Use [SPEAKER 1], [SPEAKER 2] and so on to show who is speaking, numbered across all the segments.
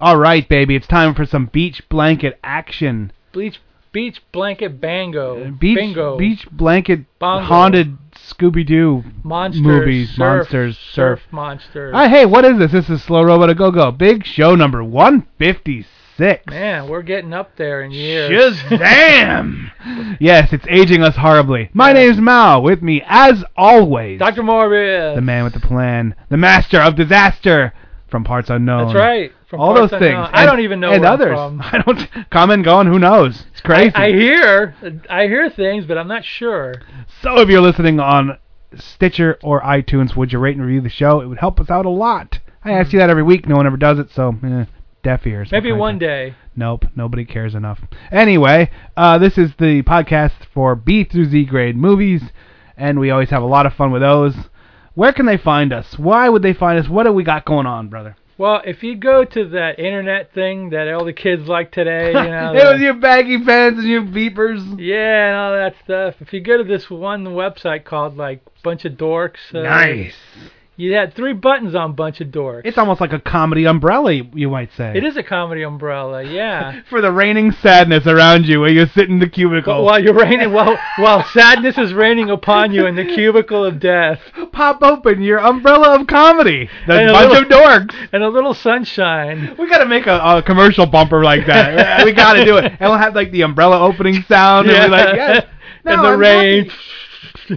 [SPEAKER 1] All right, baby, it's time for some beach blanket action.
[SPEAKER 2] Beach beach blanket bango.
[SPEAKER 1] Uh, Beach
[SPEAKER 2] bingo.
[SPEAKER 1] beach blanket
[SPEAKER 2] Bongo.
[SPEAKER 1] haunted Scooby Doo
[SPEAKER 2] monsters.
[SPEAKER 1] movies,
[SPEAKER 2] surf,
[SPEAKER 1] monsters, surf.
[SPEAKER 2] monsters.
[SPEAKER 1] Ah, hey, what is this? This is Slow Robot a Go Go. Big show number 156.
[SPEAKER 2] Man, we're getting up there in years.
[SPEAKER 1] Shazam! yes, it's aging us horribly. My name's Mao. With me, as always,
[SPEAKER 2] Dr. Morbius.
[SPEAKER 1] the man with the plan, the master of disaster from parts unknown.
[SPEAKER 2] That's right. From
[SPEAKER 1] All
[SPEAKER 2] parts
[SPEAKER 1] those things.
[SPEAKER 2] unknown. I
[SPEAKER 1] And-
[SPEAKER 2] don't even know
[SPEAKER 1] and
[SPEAKER 2] where I'm
[SPEAKER 1] others.
[SPEAKER 2] from.
[SPEAKER 1] I don't. Come and go, and who knows? It's crazy.
[SPEAKER 2] I hear I hear things, but I'm not sure.
[SPEAKER 1] So if you're listening on Stitcher or iTunes, would you rate and review the show? It would help us out a lot. I ask you that every week. No one ever does it, so eh, deaf ears.
[SPEAKER 2] Maybe
[SPEAKER 1] What can I
[SPEAKER 2] one
[SPEAKER 1] do?
[SPEAKER 2] day.
[SPEAKER 1] Nope, nobody cares enough. Anyway, uh, this is the podcast for B through Z grade movies, and we always have a lot of fun with those. Where can they find us? Why would they find us? What do we got going on, brother?
[SPEAKER 2] Well, if you go to that internet thing that all the kids like today, you know,
[SPEAKER 1] it was
[SPEAKER 2] the-
[SPEAKER 1] your baggy pants and your beepers.
[SPEAKER 2] yeah, and all that stuff. If you go to this one website called like Bunch of Dorks, uh, You had three buttons on Bunch of Dorks.
[SPEAKER 1] It's almost like a comedy umbrella, you might say.
[SPEAKER 2] It is a comedy umbrella, yeah.
[SPEAKER 1] for the raining sadness around you where you sit in the
[SPEAKER 2] But
[SPEAKER 1] cubicle.
[SPEAKER 2] while you're raining, while while sadness is raining upon you in the cubicle of death,
[SPEAKER 1] Pop open your umbrella of comedy. The
[SPEAKER 2] And a
[SPEAKER 1] bunch of
[SPEAKER 2] little-
[SPEAKER 1] dorks.
[SPEAKER 2] and a little sunshine.
[SPEAKER 1] We gotta make a, a commercial bumper like that. we gotta do it, and we'll have like the umbrella opening sound, and we're like, yes, no,
[SPEAKER 2] and the
[SPEAKER 1] I'm
[SPEAKER 2] rain.
[SPEAKER 1] happy.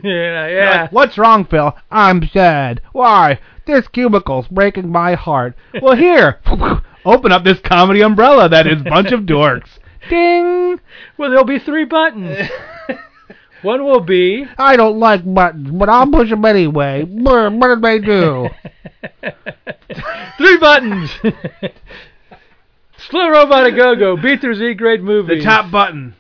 [SPEAKER 2] yeah,
[SPEAKER 1] You're
[SPEAKER 2] yeah.
[SPEAKER 1] like, What's wrong, Phil? I'm sad. Why? This cubicle's breaking my heart. Well, here, open up this comedy umbrella that is bunch of dorks. Ding.
[SPEAKER 2] Well, there'll be three buttons. One will be
[SPEAKER 1] I don't like buttons, but I'll push them anyway. Brr, What did they do?
[SPEAKER 2] three buttons. Slow Robot A Go Go, B through Z grade movies.
[SPEAKER 1] button.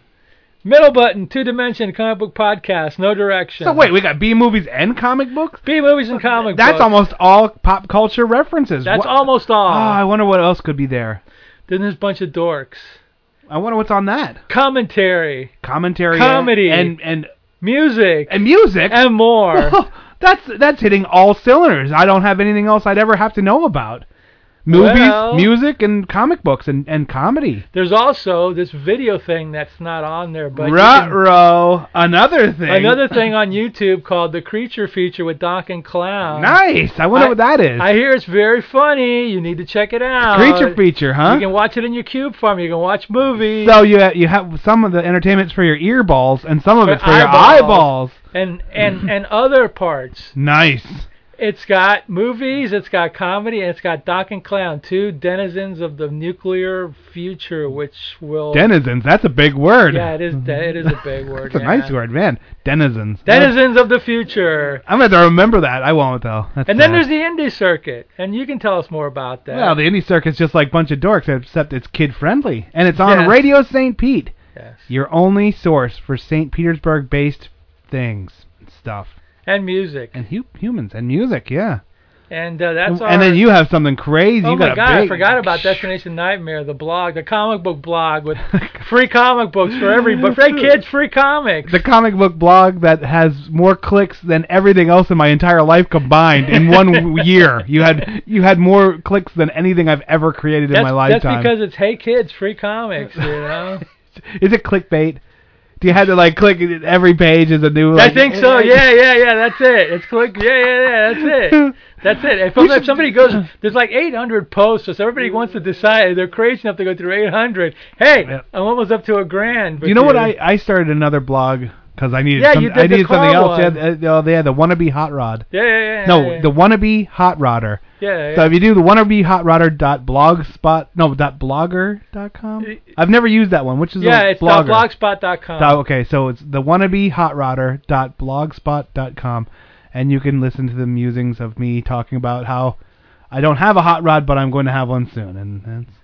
[SPEAKER 2] middle button, two dimension comic book podcast, no direction.
[SPEAKER 1] So wait, we got B movies and comic books.
[SPEAKER 2] B movies and comic
[SPEAKER 1] That's
[SPEAKER 2] books.
[SPEAKER 1] almost all pop culture references.
[SPEAKER 2] That's
[SPEAKER 1] What-
[SPEAKER 2] almost all.
[SPEAKER 1] Oh, I wonder what else could be there.
[SPEAKER 2] then there's a bunch of dorks.
[SPEAKER 1] I wonder what's on that
[SPEAKER 2] Commentary,
[SPEAKER 1] commentary,
[SPEAKER 2] Comedy.
[SPEAKER 1] and and
[SPEAKER 2] music,
[SPEAKER 1] and music.
[SPEAKER 2] and more.
[SPEAKER 1] that's that's hitting all cylinders. I don't have anything else I'd ever have to know about. Movies,
[SPEAKER 2] Well-
[SPEAKER 1] music, and comic books, and and comedy.
[SPEAKER 2] There's also this video thing that's not on there, but you can-
[SPEAKER 1] Ruh-roh, another thing.
[SPEAKER 2] another thing on YouTube called the Creature Feature with Doc and Clown.
[SPEAKER 1] Nice. I wonder
[SPEAKER 2] I-
[SPEAKER 1] what that is.
[SPEAKER 2] I hear it's very funny. You need to check it out.
[SPEAKER 1] Creature feature, huh?
[SPEAKER 2] You can watch it in your cube farm. You can watch movies.
[SPEAKER 1] So you ha- you have some of the entertainment's for your ear balls and some of
[SPEAKER 2] For
[SPEAKER 1] it's for your
[SPEAKER 2] eyeballs.
[SPEAKER 1] eyeballs.
[SPEAKER 2] and and and other parts.
[SPEAKER 1] Nice.
[SPEAKER 2] It's got movies. It's got comedy. And it's got Doc and Clown, two denizens of the nuclear future, which will.
[SPEAKER 1] Denizens. That's a big word.
[SPEAKER 2] yeah, it is. De- it is a big word.
[SPEAKER 1] It's a nice
[SPEAKER 2] yeah.
[SPEAKER 1] word, man. Denizens.
[SPEAKER 2] Denizens of the future.
[SPEAKER 1] I'm gonna have to remember that. I won't though. That's
[SPEAKER 2] And then
[SPEAKER 1] sad.
[SPEAKER 2] there's the indie circuit, and you can tell us more about that.
[SPEAKER 1] Uh, well, the indie circuit's just like bunch of dorks, except it's kid friendly, and it's on
[SPEAKER 2] Yes.
[SPEAKER 1] Radio St. Pete,
[SPEAKER 2] Yes.
[SPEAKER 1] your only source for St. Petersburg-based things, and stuff,
[SPEAKER 2] and music,
[SPEAKER 1] and hu- humans and music. Yeah.
[SPEAKER 2] and uh, that's
[SPEAKER 1] and
[SPEAKER 2] our.
[SPEAKER 1] then you have something crazy.
[SPEAKER 2] Oh
[SPEAKER 1] you
[SPEAKER 2] my
[SPEAKER 1] got
[SPEAKER 2] God!
[SPEAKER 1] a big,
[SPEAKER 2] I forgot about Destination Nightmare, the blog, the comic book blog with free comic books for every, but for kids, free comics.
[SPEAKER 1] the comic book blog that has more clicks than everything else in my entire life combined in one w- year. You had you had more clicks than anything I've ever created in
[SPEAKER 2] that's,
[SPEAKER 1] my
[SPEAKER 2] that's
[SPEAKER 1] lifetime.
[SPEAKER 2] because it's hey kids, free comics. You know.
[SPEAKER 1] Is it clickbait? Do you have to like click it- every page is a new?
[SPEAKER 2] I
[SPEAKER 1] Like,
[SPEAKER 2] think so. Yeah, yeah, yeah. That's it. It's click. Yeah, yeah, yeah. That's it. That's it. If, if somebody goes, there's like 800 posts, so everybody wants to decide. They're crazy enough to go through 800. Hey,
[SPEAKER 1] Yeah.
[SPEAKER 2] I'm almost up to a grand. but
[SPEAKER 1] You know what? I I started another blog because I needed
[SPEAKER 2] Yeah,
[SPEAKER 1] some-
[SPEAKER 2] you did
[SPEAKER 1] I
[SPEAKER 2] the
[SPEAKER 1] needed something
[SPEAKER 2] car
[SPEAKER 1] else.
[SPEAKER 2] one.
[SPEAKER 1] Yeah, the, oh, yeah, the wannabe hot rod.
[SPEAKER 2] Yeah, yeah, yeah.
[SPEAKER 1] No,
[SPEAKER 2] yeah,
[SPEAKER 1] the wannabe hot rodder.
[SPEAKER 2] yeah, yeah.
[SPEAKER 1] So if you do the wannabe hot rodder dot blogspot no dot blogger dot com. I've never used that one. Which is
[SPEAKER 2] yeah,
[SPEAKER 1] a
[SPEAKER 2] it's
[SPEAKER 1] blogger.
[SPEAKER 2] blogspot.com.
[SPEAKER 1] So, okay, so it's the wannabehotrodder.blogspot.com, and you can listen to the musings of me talking about how I don't have a hot rod, but I'm going to have one soon, and that's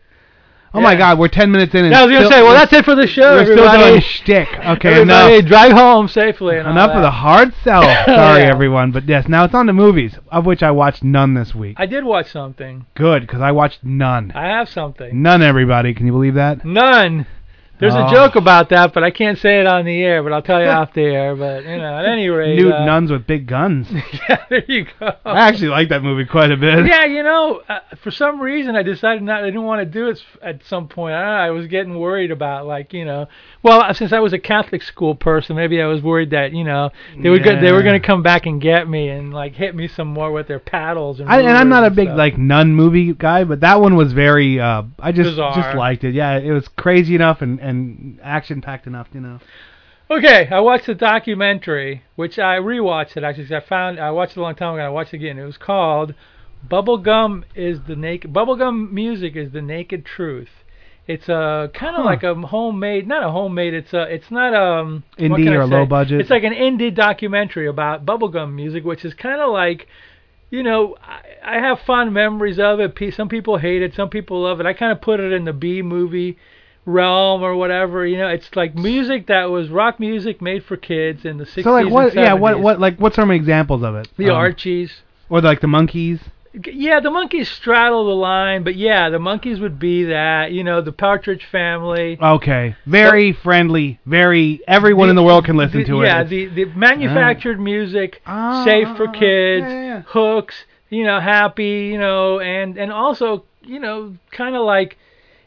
[SPEAKER 1] Oh my
[SPEAKER 2] Yeah.
[SPEAKER 1] God, we're ten minutes in. And
[SPEAKER 2] I was gonna
[SPEAKER 1] still-
[SPEAKER 2] say, well, that's it for the show.
[SPEAKER 1] We're still
[SPEAKER 2] everybody.
[SPEAKER 1] doing shtick. Okay,
[SPEAKER 2] everybody,
[SPEAKER 1] enough.
[SPEAKER 2] drive home safely. And all
[SPEAKER 1] Enough
[SPEAKER 2] that.
[SPEAKER 1] of the hard sell. Sorry, everyone, but yes. Now it's on to movies, of which I watched none this week.
[SPEAKER 2] I did watch something.
[SPEAKER 1] Good, because I watched none.
[SPEAKER 2] I have something.
[SPEAKER 1] None, everybody. Can you believe that?
[SPEAKER 2] None. There's
[SPEAKER 1] Oh.
[SPEAKER 2] a joke about that, but I can't say it on the air. But I'll tell you off the air. But you know, at any rate,
[SPEAKER 1] Nude
[SPEAKER 2] uh,
[SPEAKER 1] nuns with big guns.
[SPEAKER 2] Yeah, there you go.
[SPEAKER 1] I actually like that movie quite a bit.
[SPEAKER 2] yeah, you know, uh, for some reason I decided not. I didn't want to do it s- at some point. I, don't know, I was getting worried about like you know. Well, uh, since I was a Catholic school person, maybe I was worried that you know they were go- they were
[SPEAKER 1] Yeah.
[SPEAKER 2] going to come back and get me and like hit me some more with their paddles. And,
[SPEAKER 1] I, and I'm
[SPEAKER 2] rulers
[SPEAKER 1] not a
[SPEAKER 2] and
[SPEAKER 1] big
[SPEAKER 2] stuff.
[SPEAKER 1] like nun movie guy, but that one was very. Uh, I just
[SPEAKER 2] Bizarre.
[SPEAKER 1] just liked it. Yeah, it was crazy enough and and action packed enough. You know.
[SPEAKER 2] Okay, I watched a documentary, which I rewatched it actually 'cause I found I watched it a long time ago. and I watched it again. It was called "Bubblegum is the Naked Bubblegum Music is the Naked Truth." It's a kind of
[SPEAKER 1] Huh.
[SPEAKER 2] like a homemade, not a homemade. It's a, it's not um what
[SPEAKER 1] Indie
[SPEAKER 2] can I
[SPEAKER 1] or
[SPEAKER 2] say?
[SPEAKER 1] low budget?
[SPEAKER 2] It's like an indie documentary about bubblegum music, which is kind of like you know, I, I have fond memories of it. Pe- Some people hate it, some people love it. I kind of put it in the B movie realm or whatever. You know, it's like music that was rock music made for kids in the 60s.
[SPEAKER 1] So like what?
[SPEAKER 2] and
[SPEAKER 1] Yeah, what
[SPEAKER 2] 70s.
[SPEAKER 1] what like what's some examples of it?
[SPEAKER 2] The
[SPEAKER 1] Um,
[SPEAKER 2] Archies.
[SPEAKER 1] or like the monkeys.
[SPEAKER 2] Yeah, the monkeys straddle the line, but yeah, the monkeys would be that. You know, the Partridge Family.
[SPEAKER 1] Okay, very friendly, very everyone in the world can listen
[SPEAKER 2] The-
[SPEAKER 1] to
[SPEAKER 2] Yeah,
[SPEAKER 1] it.
[SPEAKER 2] the, the manufactured music,
[SPEAKER 1] Ah,
[SPEAKER 2] safe for
[SPEAKER 1] ah, ah,
[SPEAKER 2] kids,
[SPEAKER 1] yeah, yeah.
[SPEAKER 2] hooks, you know, happy, you know, and and also, you know, kind of like.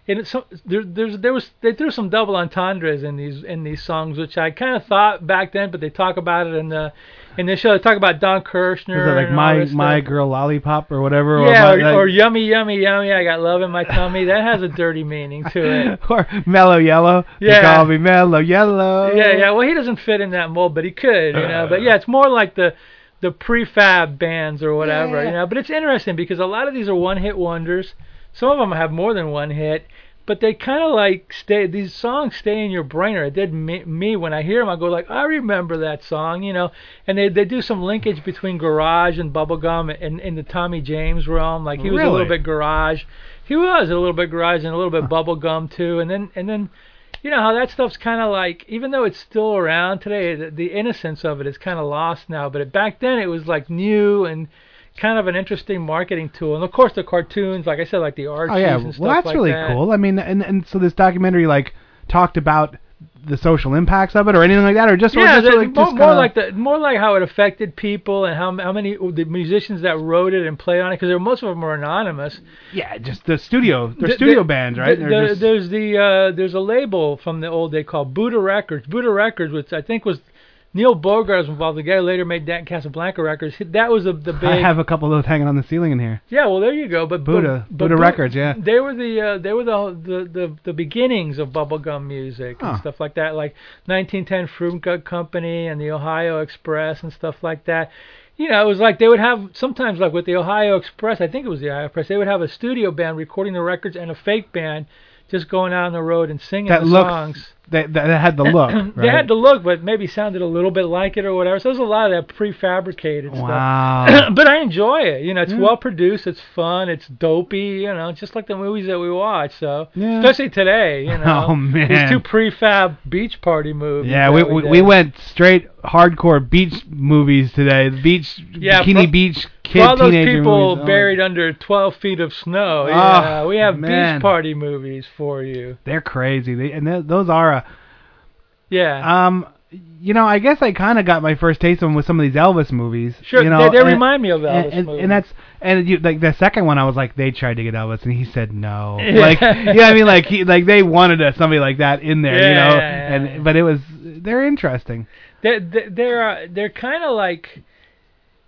[SPEAKER 2] And it's so, there, there's, there was they threw some double entendres in these in these songs, which I kind of thought back then, but they talk about it in the in the show. They talk about Don Kirshner.
[SPEAKER 1] Is it like
[SPEAKER 2] and all
[SPEAKER 1] my
[SPEAKER 2] this
[SPEAKER 1] my
[SPEAKER 2] stuff.
[SPEAKER 1] girl lollipop or whatever?
[SPEAKER 2] Yeah,
[SPEAKER 1] or, my,
[SPEAKER 2] or,
[SPEAKER 1] like-
[SPEAKER 2] or yummy, yummy, yummy. I got love in my tummy. That has a dirty meaning to it.
[SPEAKER 1] or mellow yellow.
[SPEAKER 2] Yeah.
[SPEAKER 1] you call me mellow yellow.
[SPEAKER 2] Yeah, yeah. Well, he doesn't fit in that mold, but he could, you know. But yeah, it's more like the the prefab bands or whatever, you know. But it's interesting because a lot of these are one-hit wonders. Some of them have more than one hit, but they kind of like stay. These songs stay in your brain, or it did me, me when I hear them. I go like, I remember that song, you know. And they they do some linkage between garage and bubblegum and in the Tommy James realm. Like he was a
[SPEAKER 1] Really?
[SPEAKER 2] little bit garage. He was a little bit garage and a little bit bubblegum too. And then and then you know how that stuff's kind of like even though it's still around today the, the innocence of it is kind of lost now but it, back then it was like new and kind of an interesting marketing tool and of course the cartoons like i said like the archies
[SPEAKER 1] Oh yeah,
[SPEAKER 2] and stuff
[SPEAKER 1] well that's
[SPEAKER 2] like
[SPEAKER 1] really
[SPEAKER 2] that.
[SPEAKER 1] cool. I mean, and and so this documentary like talked about the social impacts of it or anything like that, or just or
[SPEAKER 2] yeah,
[SPEAKER 1] just,
[SPEAKER 2] the-
[SPEAKER 1] like,
[SPEAKER 2] more,
[SPEAKER 1] just
[SPEAKER 2] more
[SPEAKER 1] kinda-
[SPEAKER 2] like the more like how it affected people and how how many the musicians that wrote it and played on it because most of them were anonymous.
[SPEAKER 1] yeah, just the studio, they're
[SPEAKER 2] The-
[SPEAKER 1] studio
[SPEAKER 2] the-
[SPEAKER 1] bands, right?
[SPEAKER 2] the-
[SPEAKER 1] They're
[SPEAKER 2] the-
[SPEAKER 1] just-
[SPEAKER 2] There's the uh, there's a label from the old day called Buddha Records. Buddha Records, which I think was Neil Bogart was involved. The guy who later made Dan Casablanca Records. He- That was the the big.
[SPEAKER 1] I have a couple of those hanging on the ceiling in here.
[SPEAKER 2] yeah, well there you go. But but-
[SPEAKER 1] Buddha-
[SPEAKER 2] but
[SPEAKER 1] Buddha
[SPEAKER 2] Bu-
[SPEAKER 1] Records, yeah.
[SPEAKER 2] They were the uh, they were the the the, the beginnings of bubblegum music
[SPEAKER 1] Huh.
[SPEAKER 2] and stuff like that, like 1910 Fruit Gum Company and the Ohio Express and stuff like that. You know, it was like they would have sometimes like with the Ohio Express, I think it was the Ohio Express, they would have a studio band recording the records and a fake band just going out on the road and singing
[SPEAKER 1] That
[SPEAKER 2] the
[SPEAKER 1] looks
[SPEAKER 2] songs.
[SPEAKER 1] that that that had the look. Right?
[SPEAKER 2] They had to look, but maybe sounded a little bit like it or whatever. So there's a lot of that prefabricated stuff
[SPEAKER 1] wow.
[SPEAKER 2] but I enjoy it. You know, it's well produced, it's fun, it's dopey. You know, just like the movies that we watch. So
[SPEAKER 1] Yeah.
[SPEAKER 2] especially today, you know,
[SPEAKER 1] Oh, man.
[SPEAKER 2] these two prefab beach party movies.
[SPEAKER 1] Yeah,
[SPEAKER 2] that
[SPEAKER 1] we we,
[SPEAKER 2] did.
[SPEAKER 1] we went straight hardcore beach movies today. Beach,
[SPEAKER 2] Yeah,
[SPEAKER 1] bikini
[SPEAKER 2] for-
[SPEAKER 1] beach, kid,
[SPEAKER 2] For all those
[SPEAKER 1] teenager
[SPEAKER 2] people
[SPEAKER 1] movies. Oh,
[SPEAKER 2] buried under 12 feet of snow,
[SPEAKER 1] Oh,
[SPEAKER 2] yeah, we have
[SPEAKER 1] man.
[SPEAKER 2] beach party movies for you.
[SPEAKER 1] they're crazy. They, and th- those are a
[SPEAKER 2] Yeah,
[SPEAKER 1] Um, you know, I guess I kind of got my first taste of them with some of these Elvis movies.
[SPEAKER 2] sure.
[SPEAKER 1] you know,
[SPEAKER 2] they they
[SPEAKER 1] and-
[SPEAKER 2] remind me of Elvis
[SPEAKER 1] and, and,
[SPEAKER 2] movies.
[SPEAKER 1] and that's and you, like the second one, I was like, they tried to get Elvis, and he said no. Like, yeah, I mean, like he like they wanted a, somebody like that in there, you
[SPEAKER 2] Yeah,
[SPEAKER 1] know.
[SPEAKER 2] yeah, yeah.
[SPEAKER 1] And but it was they're interesting.
[SPEAKER 2] they're they're they're, uh, they're kind of like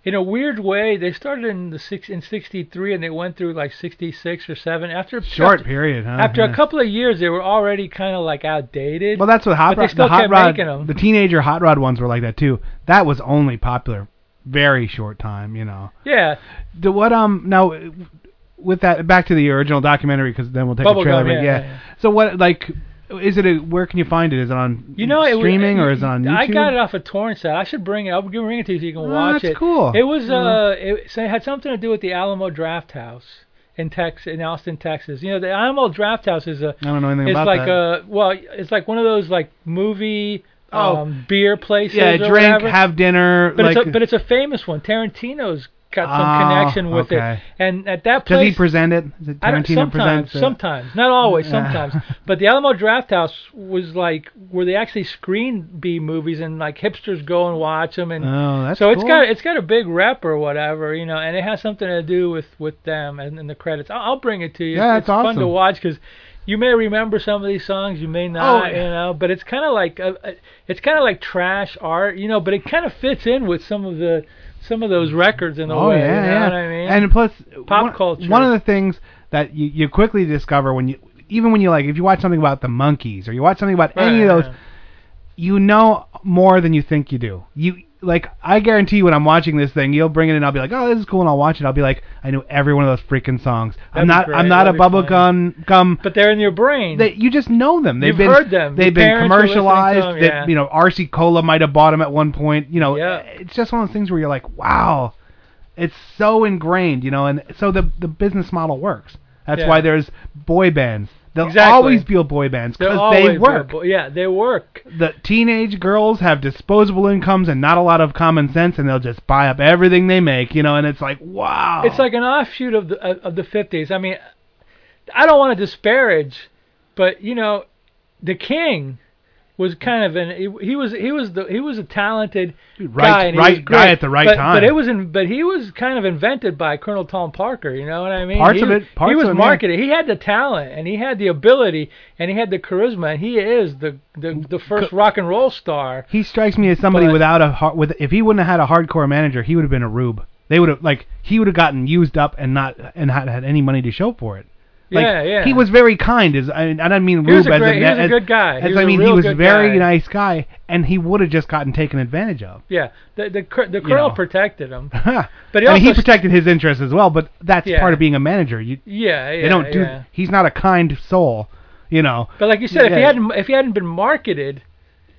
[SPEAKER 2] in a weird way they started in the six in 63 and they went through like 66 or 7 after
[SPEAKER 1] Short period, huh?
[SPEAKER 2] after
[SPEAKER 1] Yeah.
[SPEAKER 2] a couple of years they were already kind of like outdated
[SPEAKER 1] Uh-huh. Well, that's what hot
[SPEAKER 2] But they
[SPEAKER 1] rod.
[SPEAKER 2] still
[SPEAKER 1] the hot
[SPEAKER 2] kept
[SPEAKER 1] rod,
[SPEAKER 2] making 'em.
[SPEAKER 1] the teenager hot rod ones were like that too. That was only popular very short time, you know.
[SPEAKER 2] yeah
[SPEAKER 1] The what um now with that back to the original documentary because then we'll take a
[SPEAKER 2] Bubblegum,
[SPEAKER 1] trailer. break.
[SPEAKER 2] yeah,
[SPEAKER 1] yeah.
[SPEAKER 2] yeah, yeah.
[SPEAKER 1] So what like is it? A, where can you find it? Is it on
[SPEAKER 2] you know it was-
[SPEAKER 1] streaming or is it on YouTube?
[SPEAKER 2] i got it off a torrent site i should bring it i'll bring it to you so you can
[SPEAKER 1] Oh,
[SPEAKER 2] watch
[SPEAKER 1] that's
[SPEAKER 2] it
[SPEAKER 1] cool.
[SPEAKER 2] it was uh it, so it had something to do with the alamo draft house in Texas, in Austin, Texas. You know, the IML Draft House is a
[SPEAKER 1] I don't know anything
[SPEAKER 2] it's
[SPEAKER 1] about
[SPEAKER 2] like
[SPEAKER 1] that.
[SPEAKER 2] a well, it's like one of those like movie
[SPEAKER 1] Oh.
[SPEAKER 2] um, beer places.
[SPEAKER 1] yeah,
[SPEAKER 2] or
[SPEAKER 1] drink,
[SPEAKER 2] whatever.
[SPEAKER 1] have dinner.
[SPEAKER 2] but
[SPEAKER 1] like,
[SPEAKER 2] it's a, but it's a famous one. Tarantino's got some
[SPEAKER 1] Ah,
[SPEAKER 2] connection with
[SPEAKER 1] okay.
[SPEAKER 2] it, and at that
[SPEAKER 1] does he
[SPEAKER 2] place.
[SPEAKER 1] present it? Is it
[SPEAKER 2] I don't,
[SPEAKER 1] Tarantino
[SPEAKER 2] sometimes,
[SPEAKER 1] presents it?
[SPEAKER 2] sometimes, not always,
[SPEAKER 1] Yeah.
[SPEAKER 2] sometimes. But the Alamo Draft House was like where they actually screen B movies and like hipsters go and watch them, and
[SPEAKER 1] Oh, that's
[SPEAKER 2] so
[SPEAKER 1] cool.
[SPEAKER 2] it's got it's got a big rep or whatever, you know, and it has something to do with with them and, and the credits. I'll, I'll bring it to you.
[SPEAKER 1] Yeah,
[SPEAKER 2] it's
[SPEAKER 1] that's
[SPEAKER 2] fun to
[SPEAKER 1] awesome.
[SPEAKER 2] watch because you may remember some of these songs, you may not,
[SPEAKER 1] Oh, yeah.
[SPEAKER 2] you know, but it's kind of like a, a- it's kind of like trash art, you know, but it kind of fits in with some of the some of those records in a
[SPEAKER 1] Oh
[SPEAKER 2] way.
[SPEAKER 1] yeah,
[SPEAKER 2] you know
[SPEAKER 1] yeah.
[SPEAKER 2] what I mean?
[SPEAKER 1] And plus,
[SPEAKER 2] Pop
[SPEAKER 1] one,
[SPEAKER 2] culture.
[SPEAKER 1] One of the things that you, you quickly discover when you, even when you like, if you watch something about the monkeys or you watch something about any of
[SPEAKER 2] Right,
[SPEAKER 1] those, you know more than you think you do. You like, I guarantee you, when I'm watching this thing, you'll bring it in. I'll be like, oh, this is cool, and I'll watch it. I'll be like, I knew every one of those freaking songs. I'm
[SPEAKER 2] That'd be
[SPEAKER 1] not,
[SPEAKER 2] great.
[SPEAKER 1] I'm not
[SPEAKER 2] That'd
[SPEAKER 1] a
[SPEAKER 2] be
[SPEAKER 1] bubble
[SPEAKER 2] fun.
[SPEAKER 1] gum gum.
[SPEAKER 2] but they're in your brain.
[SPEAKER 1] They, you just know them. They've
[SPEAKER 2] You've
[SPEAKER 1] been
[SPEAKER 2] heard them. Your
[SPEAKER 1] They've been
[SPEAKER 2] parents were listening to
[SPEAKER 1] commercialized.
[SPEAKER 2] them,
[SPEAKER 1] that,
[SPEAKER 2] yeah.
[SPEAKER 1] you know, RC Cola might have bought them at one point. You know,
[SPEAKER 2] Yeah.
[SPEAKER 1] it's just one of those things where you're like, wow, it's so ingrained. You know, and so the the business model works. That's
[SPEAKER 2] Yeah.
[SPEAKER 1] why there's boy bands. They'll
[SPEAKER 2] Exactly.
[SPEAKER 1] always be boy bands
[SPEAKER 2] They're
[SPEAKER 1] because they
[SPEAKER 2] always
[SPEAKER 1] work.
[SPEAKER 2] verbal. Yeah, they work.
[SPEAKER 1] The teenage girls have disposable incomes and not a lot of common sense, and they'll just buy up everything they make. You know, and it's like, wow.
[SPEAKER 2] It's like an offshoot of the uh, of the 50s. I mean, I don't want to disparage, but you know, the King was kind of an he was he was the he was a talented
[SPEAKER 1] right-
[SPEAKER 2] guy, and he
[SPEAKER 1] right
[SPEAKER 2] was great,
[SPEAKER 1] guy at the right
[SPEAKER 2] but,
[SPEAKER 1] time.
[SPEAKER 2] But it was in, but he was kind of invented by Colonel Tom Parker. You know what I mean?
[SPEAKER 1] Parts
[SPEAKER 2] he,
[SPEAKER 1] of it- parts
[SPEAKER 2] he was
[SPEAKER 1] of it, yeah.
[SPEAKER 2] marketed. He had the talent and he had the ability and he had the charisma. And he is the the, the first rock and roll star.
[SPEAKER 1] He strikes me as somebody
[SPEAKER 2] But-
[SPEAKER 1] without a har- with if he wouldn't have had a hardcore manager, he would have been a rube. They would have like he would have gotten used up and not and not had any money to show for it. Like,
[SPEAKER 2] yeah, yeah.
[SPEAKER 1] He was very kind. As I, I don't mean
[SPEAKER 2] He was
[SPEAKER 1] rube
[SPEAKER 2] a
[SPEAKER 1] as
[SPEAKER 2] great-
[SPEAKER 1] in
[SPEAKER 2] he was a
[SPEAKER 1] as-
[SPEAKER 2] good guy.
[SPEAKER 1] As
[SPEAKER 2] He was
[SPEAKER 1] I
[SPEAKER 2] a
[SPEAKER 1] mean, he
[SPEAKER 2] real
[SPEAKER 1] was
[SPEAKER 2] good
[SPEAKER 1] very
[SPEAKER 2] guy.
[SPEAKER 1] nice guy, and he would have just gotten taken advantage of.
[SPEAKER 2] yeah. The the cur- the Colonel
[SPEAKER 1] know.
[SPEAKER 2] protected him.
[SPEAKER 1] but
[SPEAKER 2] But
[SPEAKER 1] he,
[SPEAKER 2] he
[SPEAKER 1] I mean, he
[SPEAKER 2] also-
[SPEAKER 1] protected his interests as well. But that's
[SPEAKER 2] Yeah.
[SPEAKER 1] part of being a manager. You
[SPEAKER 2] Yeah, yeah.
[SPEAKER 1] they don't do.
[SPEAKER 2] yeah.
[SPEAKER 1] He's not a kind soul. You know,
[SPEAKER 2] But like you said, if
[SPEAKER 1] Yeah.
[SPEAKER 2] he hadn't if he hadn't been marketed,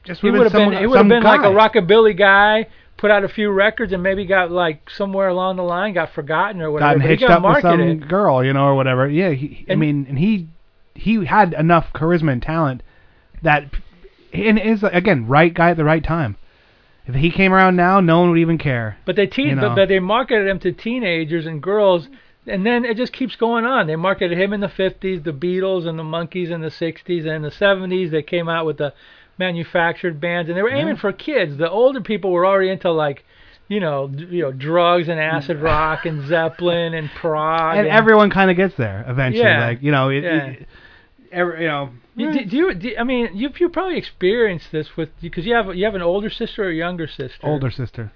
[SPEAKER 1] just
[SPEAKER 2] he would have been he would have been like a rockabilly guy, put out a few records and maybe got like somewhere along the line got forgotten or whatever.
[SPEAKER 1] gotten
[SPEAKER 2] but
[SPEAKER 1] hitched
[SPEAKER 2] he got
[SPEAKER 1] up with some
[SPEAKER 2] marketed.
[SPEAKER 1] girl, you know, or whatever. Yeah, he, he- I
[SPEAKER 2] And-
[SPEAKER 1] mean, and he he had enough charisma and talent that, and is again right guy at the right time. If he came around now, no one would even care.
[SPEAKER 2] But they teen
[SPEAKER 1] you know.
[SPEAKER 2] but, but they marketed him to teenagers and girls and then it just keeps going on. They marketed him in the 50s, the Beatles and the Monkeys in the 60s and in the 70s they came out with the manufactured bands and they were aiming for kids. The older people were already into like you know, d- you know, drugs and acid rock and Zeppelin and Prague
[SPEAKER 1] And everyone kind of gets there eventually.
[SPEAKER 2] Yeah.
[SPEAKER 1] Like you know, it,
[SPEAKER 2] Yeah.
[SPEAKER 1] it- every, you know, eh,
[SPEAKER 2] You, do, do you? Do, I mean, you you probably experienced this with because you have you have an older sister or a younger sister.
[SPEAKER 1] older sister.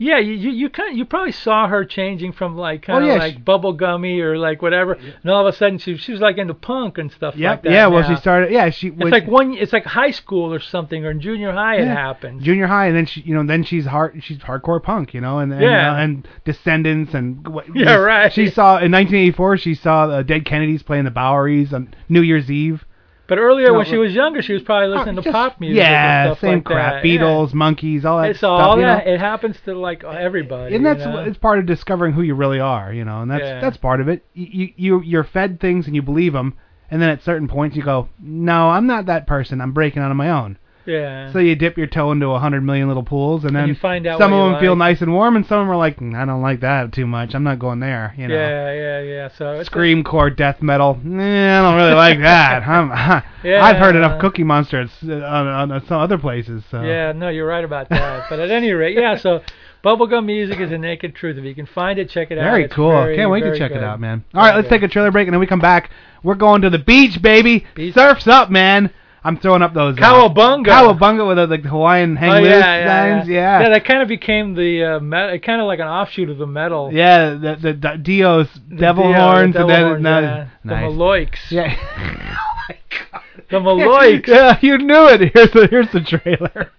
[SPEAKER 2] Yeah, you you, you kind of, you probably saw her changing from like kind
[SPEAKER 1] Oh,
[SPEAKER 2] of
[SPEAKER 1] yeah,
[SPEAKER 2] like
[SPEAKER 1] she-
[SPEAKER 2] bubblegummy or like whatever, and all of a sudden she she was like into punk and stuff
[SPEAKER 1] Yep.
[SPEAKER 2] like that.
[SPEAKER 1] yeah. Well,
[SPEAKER 2] now.
[SPEAKER 1] she started. Yeah, she.
[SPEAKER 2] It's like one. It's like high school or something or in junior high it
[SPEAKER 1] Yeah.
[SPEAKER 2] happens.
[SPEAKER 1] junior high, and then she, you know, then she's hard, she's hardcore punk, you know, and and,
[SPEAKER 2] Yeah.
[SPEAKER 1] uh, and Descendants and what-
[SPEAKER 2] Yeah, right.
[SPEAKER 1] She saw in 1984, she saw the Dead Kennedys playing the Bowery's on New Year's Eve.
[SPEAKER 2] but earlier
[SPEAKER 1] No,
[SPEAKER 2] when she
[SPEAKER 1] but-
[SPEAKER 2] was younger, she was probably listening to
[SPEAKER 1] Just-
[SPEAKER 2] pop music. and
[SPEAKER 1] Yeah,
[SPEAKER 2] stuff
[SPEAKER 1] same
[SPEAKER 2] like
[SPEAKER 1] crap.
[SPEAKER 2] that. Yeah.
[SPEAKER 1] Beatles, monkeys, all that
[SPEAKER 2] It's
[SPEAKER 1] stuff.
[SPEAKER 2] all
[SPEAKER 1] you know?
[SPEAKER 2] that. It happens to like everybody.
[SPEAKER 1] and that's
[SPEAKER 2] you know?
[SPEAKER 1] it's part of discovering who you really are, you know, and that's
[SPEAKER 2] Yeah.
[SPEAKER 1] that's part of it. You you you're fed things and you believe them, and then at certain points you go, no, I'm not that person. I'm breaking out on my own.
[SPEAKER 2] yeah.
[SPEAKER 1] So you dip your toe into a hundred million little pools, and then
[SPEAKER 2] you find out
[SPEAKER 1] some
[SPEAKER 2] what
[SPEAKER 1] of
[SPEAKER 2] you
[SPEAKER 1] them feel
[SPEAKER 2] like.
[SPEAKER 1] nice and warm, and some of them are like, "Mm, I don't like that too much. I'm not going there. You know,
[SPEAKER 2] yeah, yeah, yeah. So it's a-
[SPEAKER 1] screamcore death metal. Nah, I don't really like that. I'm, I've heard enough
[SPEAKER 2] Yeah.
[SPEAKER 1] Cookie Monster at, s- on, on some other places. So
[SPEAKER 2] Yeah, no, you're right about that. but at any rate, yeah. So, bubblegum music is the naked truth. If you can find it, check it out.
[SPEAKER 1] very
[SPEAKER 2] It's
[SPEAKER 1] cool.
[SPEAKER 2] very,
[SPEAKER 1] Can't wait to
[SPEAKER 2] very
[SPEAKER 1] check it
[SPEAKER 2] good.
[SPEAKER 1] out, man. All right,
[SPEAKER 2] Very
[SPEAKER 1] let's
[SPEAKER 2] good.
[SPEAKER 1] take a trailer break, and then we come back. We're going to the beach, baby.
[SPEAKER 2] Beach.
[SPEAKER 1] Surfs up, man. I'm throwing up those uh,
[SPEAKER 2] Cowabunga.
[SPEAKER 1] Cowabunga with the, like, the Hawaiian hang
[SPEAKER 2] Oh yeah,
[SPEAKER 1] loose
[SPEAKER 2] yeah,
[SPEAKER 1] signs.
[SPEAKER 2] yeah. that kind of became the uh, metal, kind of like an offshoot of the metal.
[SPEAKER 1] Yeah, the, the, the Dio's devil
[SPEAKER 2] The, uh,
[SPEAKER 1] horns,
[SPEAKER 2] devil
[SPEAKER 1] and then
[SPEAKER 2] horns,
[SPEAKER 1] no,
[SPEAKER 2] yeah.
[SPEAKER 1] nice.
[SPEAKER 2] the Maloiks.
[SPEAKER 1] Yeah.
[SPEAKER 2] The Maloiks.
[SPEAKER 1] Yeah, you knew it. Here's the here's the trailer.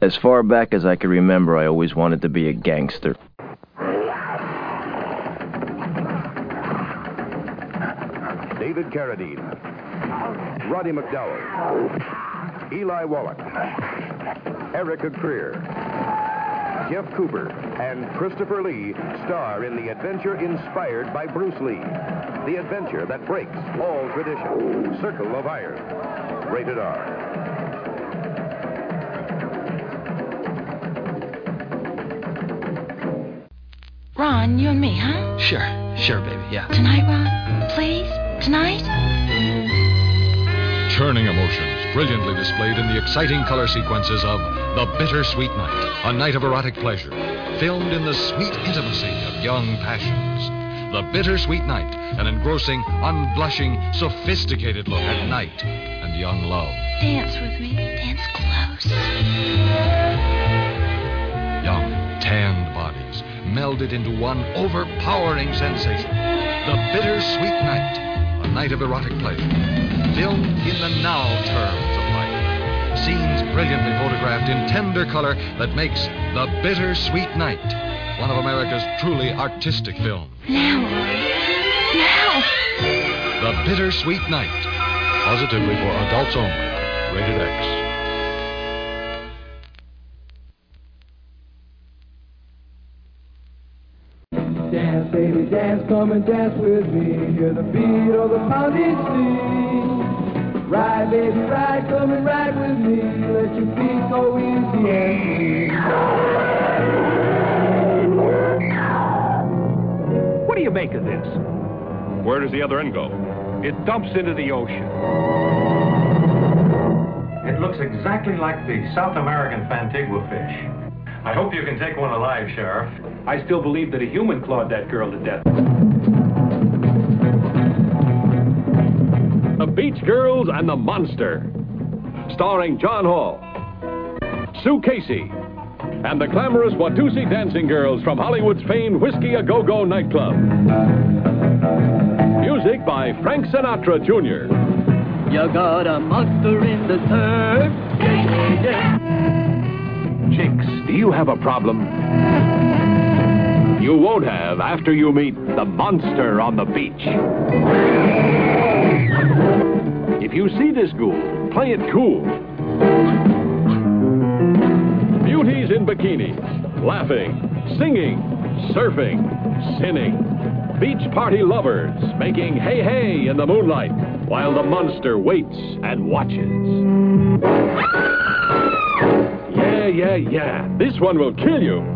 [SPEAKER 3] As far back as I could remember, I always wanted to be a gangster.
[SPEAKER 4] David Carradine, Roddy McDowell, Eli Wallach, Erica Creer, Jeff Cooper and Christopher Lee star in the adventure inspired by Bruce Lee. The adventure that breaks all tradition. Circle of Iron. Rated R.
[SPEAKER 5] Ron, you and me, huh?
[SPEAKER 6] Sure, sure, baby, yeah.
[SPEAKER 5] Tonight, Ron? Please? Tonight?
[SPEAKER 7] Churning emotions brilliantly displayed in the exciting color sequences of The Bittersweet Night, a night of erotic pleasure, filmed in the sweet intimacy of young passions. The Bittersweet Night, an engrossing, unblushing, sophisticated look at night and young love.
[SPEAKER 5] Dance with me. Dance close.
[SPEAKER 7] Young, tanned bodies melded into one overpowering sensation. The Bittersweet Night, a night of erotic pleasure. Filmed in the now terms of life. Scenes brilliantly photographed in tender color that makes The Bittersweet Night one of America's truly artistic films.
[SPEAKER 5] Now. Now.
[SPEAKER 7] The Bittersweet Night, positively for adults only. Rated X.
[SPEAKER 8] Dance, baby, dance, come and dance with me. Hear the beat of the pounding sea. Ride, baby, ride, come and ride with me. Let your feet go
[SPEAKER 9] What do you make of this? Where does the other end go? It dumps into the ocean.
[SPEAKER 10] It looks exactly like the South American Fantigua fish. I hope you can take one alive, Sheriff.
[SPEAKER 9] I still believe that a human clawed that girl to death.
[SPEAKER 11] The Beach Girls and the Monster, starring John Hall, Sue Casey, and the glamorous Watusi dancing girls from Hollywood's famed Whiskey a Go Go nightclub. Music by Frank Sinatra Jr. You got a monster in the turf. Chicks, do you have a problem? You won't have after you meet the monster on the beach. If you see this ghoul, play it cool. Beauties in bikinis, laughing, singing, surfing, sinning. Beach party lovers making hey hey in the moonlight while the monster waits and watches. Yeah, yeah, yeah. This one will kill you.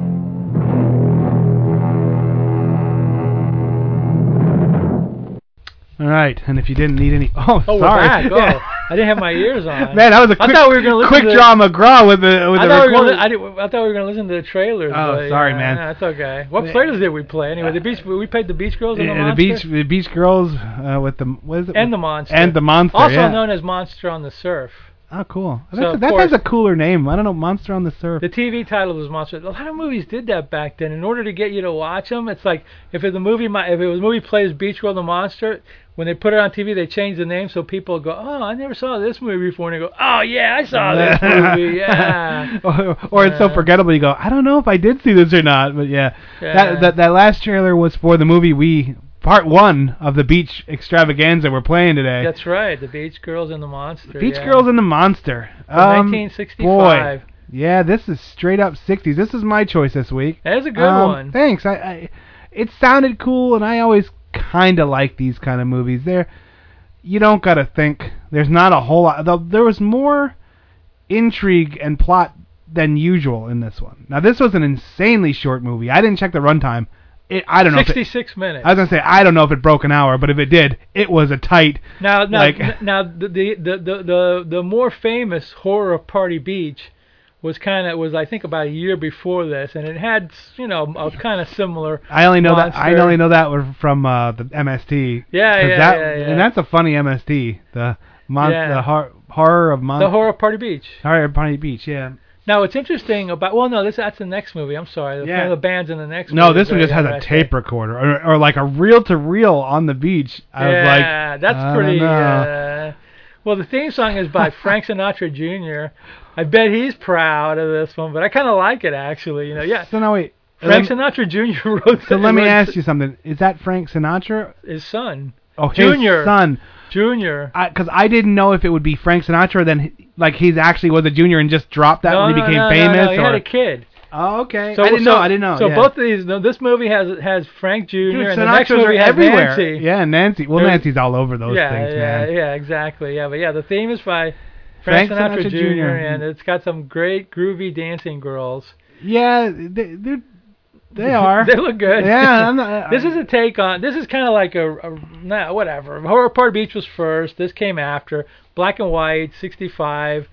[SPEAKER 1] All right, and if you didn't need any, oh, sorry,
[SPEAKER 2] Oh, we're back. Oh,
[SPEAKER 1] Yeah.
[SPEAKER 2] I didn't have my ears on.
[SPEAKER 1] man, that was a quick,
[SPEAKER 2] I thought we were going to
[SPEAKER 1] quick
[SPEAKER 2] to
[SPEAKER 1] draw McGraw with the with
[SPEAKER 2] I
[SPEAKER 1] the
[SPEAKER 2] thought, we were
[SPEAKER 1] recording.
[SPEAKER 2] gonna, I, did, I thought we were going to listen to the trailers.
[SPEAKER 1] Oh,
[SPEAKER 2] but,
[SPEAKER 1] sorry,
[SPEAKER 2] yeah,
[SPEAKER 1] man.
[SPEAKER 2] That's okay. What players did we play anyway? The beach. We played the Beach Girls and the
[SPEAKER 1] Yeah, the
[SPEAKER 2] Monster.
[SPEAKER 1] beach, the beach girls uh, with the what is it?
[SPEAKER 2] and the Monster.
[SPEAKER 1] and the monster.
[SPEAKER 2] Also
[SPEAKER 1] yeah.
[SPEAKER 2] known as Monster on the Surf.
[SPEAKER 1] Oh, cool.
[SPEAKER 2] So,
[SPEAKER 1] That's,
[SPEAKER 2] of
[SPEAKER 1] that
[SPEAKER 2] course-
[SPEAKER 1] has a cooler name. I don't know, monster on the surf.
[SPEAKER 2] The TV title was Monster. A lot of movies did that back then. In order to get you to watch them, it's like if the movie, mi- if it was movie plays Beach Girl and the Monster, when they put it on TV, they change the name so people go, oh, I never saw this movie before, and they go, oh yeah, I saw this movie, yeah.
[SPEAKER 1] or or it's so
[SPEAKER 2] Yeah.
[SPEAKER 1] forgettable. You go, I don't know if I did see this or not, but yeah,
[SPEAKER 2] Yeah.
[SPEAKER 1] That, that that last trailer was for the movie we part one of the beach extravaganza we're playing today.
[SPEAKER 2] That's right, the Beach Girls and the Monster.
[SPEAKER 1] beach
[SPEAKER 2] yeah.
[SPEAKER 1] girls and the monster.
[SPEAKER 2] From
[SPEAKER 1] Um,
[SPEAKER 2] 1965.
[SPEAKER 1] Boy, yeah, this is straight up '60s. This is my choice this week.
[SPEAKER 2] That is a good
[SPEAKER 1] Um,
[SPEAKER 2] one.
[SPEAKER 1] Thanks. I, I it sounded cool, and I always kind of like these kind of movies. There, you don't gotta think. There's not a whole lot. Though there was more intrigue and plot than usual in this one. Now this was an insanely short movie. I didn't check the runtime. It, I don't know. If it,
[SPEAKER 2] 66 minutes.
[SPEAKER 1] I was gonna say I don't know if it broke an hour, but if it did, it was a tight.
[SPEAKER 2] Now, now,
[SPEAKER 1] Like-
[SPEAKER 2] n- now the, the the the the more famous horror party beach was kind of was I think about a year before this, and it had you know a kind of similar.
[SPEAKER 1] I only know that I
[SPEAKER 2] monster.
[SPEAKER 1] only know that one from uh, the MST.
[SPEAKER 2] Yeah,
[SPEAKER 1] 'Cause
[SPEAKER 2] yeah,
[SPEAKER 1] that-
[SPEAKER 2] yeah, yeah.
[SPEAKER 1] And that's a funny MST. The mon-
[SPEAKER 2] Yeah.
[SPEAKER 1] the hor- horror of mon-
[SPEAKER 2] the horror party beach.
[SPEAKER 1] horror of Bonnie Beach. Yeah.
[SPEAKER 2] Now, what's interesting about well, no, this that's the next movie. I'm sorry, the,
[SPEAKER 1] Yeah.
[SPEAKER 2] the band's in the next.
[SPEAKER 1] No,
[SPEAKER 2] movie,
[SPEAKER 1] this one
[SPEAKER 2] but
[SPEAKER 1] just has
[SPEAKER 2] yeah,
[SPEAKER 1] a
[SPEAKER 2] that's
[SPEAKER 1] tape recorder or, or like a reel to reel on the beach.
[SPEAKER 2] it.
[SPEAKER 1] I was like,
[SPEAKER 2] yeah, that's
[SPEAKER 1] I don't
[SPEAKER 2] pretty.
[SPEAKER 1] know.
[SPEAKER 2] Uh, well, the theme song is by Frank Sinatra Jr. I bet he's proud of this one, but I kind of like it actually. You know, yeah.
[SPEAKER 1] So now wait.
[SPEAKER 2] uh, Frank
[SPEAKER 1] Let me-
[SPEAKER 2] Sinatra Jr. wrote.
[SPEAKER 1] so let me
[SPEAKER 2] wrote
[SPEAKER 1] ask you something. Is that Frank Sinatra?
[SPEAKER 2] His son.
[SPEAKER 1] Oh,
[SPEAKER 2] Junior.
[SPEAKER 1] his son.
[SPEAKER 2] Junior.
[SPEAKER 1] Because I, didn't know if it would be Frank Sinatra. Then, like he's actually was a junior and just dropped that
[SPEAKER 2] no,
[SPEAKER 1] when he
[SPEAKER 2] no,
[SPEAKER 1] became
[SPEAKER 2] no, no,
[SPEAKER 1] famous.
[SPEAKER 2] no, He
[SPEAKER 1] or
[SPEAKER 2] had a kid.
[SPEAKER 1] Oh, okay. I didn't know. I didn't know.
[SPEAKER 2] So
[SPEAKER 1] yeah.
[SPEAKER 2] both of these, no, this movie has has Frank Jr.
[SPEAKER 1] Dude,
[SPEAKER 2] and the
[SPEAKER 1] Sinatra's
[SPEAKER 2] next movie
[SPEAKER 1] are
[SPEAKER 2] has
[SPEAKER 1] everywhere.
[SPEAKER 2] Nancy.
[SPEAKER 1] Yeah, Nancy. Well,
[SPEAKER 2] There's-
[SPEAKER 1] Nancy's all over those
[SPEAKER 2] yeah,
[SPEAKER 1] things,
[SPEAKER 2] yeah,
[SPEAKER 1] man.
[SPEAKER 2] yeah, exactly. Yeah, but yeah, the theme is by
[SPEAKER 1] Frank
[SPEAKER 2] Frank,
[SPEAKER 1] Sinatra
[SPEAKER 2] Jr.
[SPEAKER 1] Jr.,
[SPEAKER 2] and it's got some great groovy dancing girls.
[SPEAKER 1] Yeah, they they they are.
[SPEAKER 2] they look good.
[SPEAKER 1] Yeah, I'm not,
[SPEAKER 2] this is a take on. This is kind of like a, a nah, whatever. Horror Part Beach was first. This came after. Black and white, '65.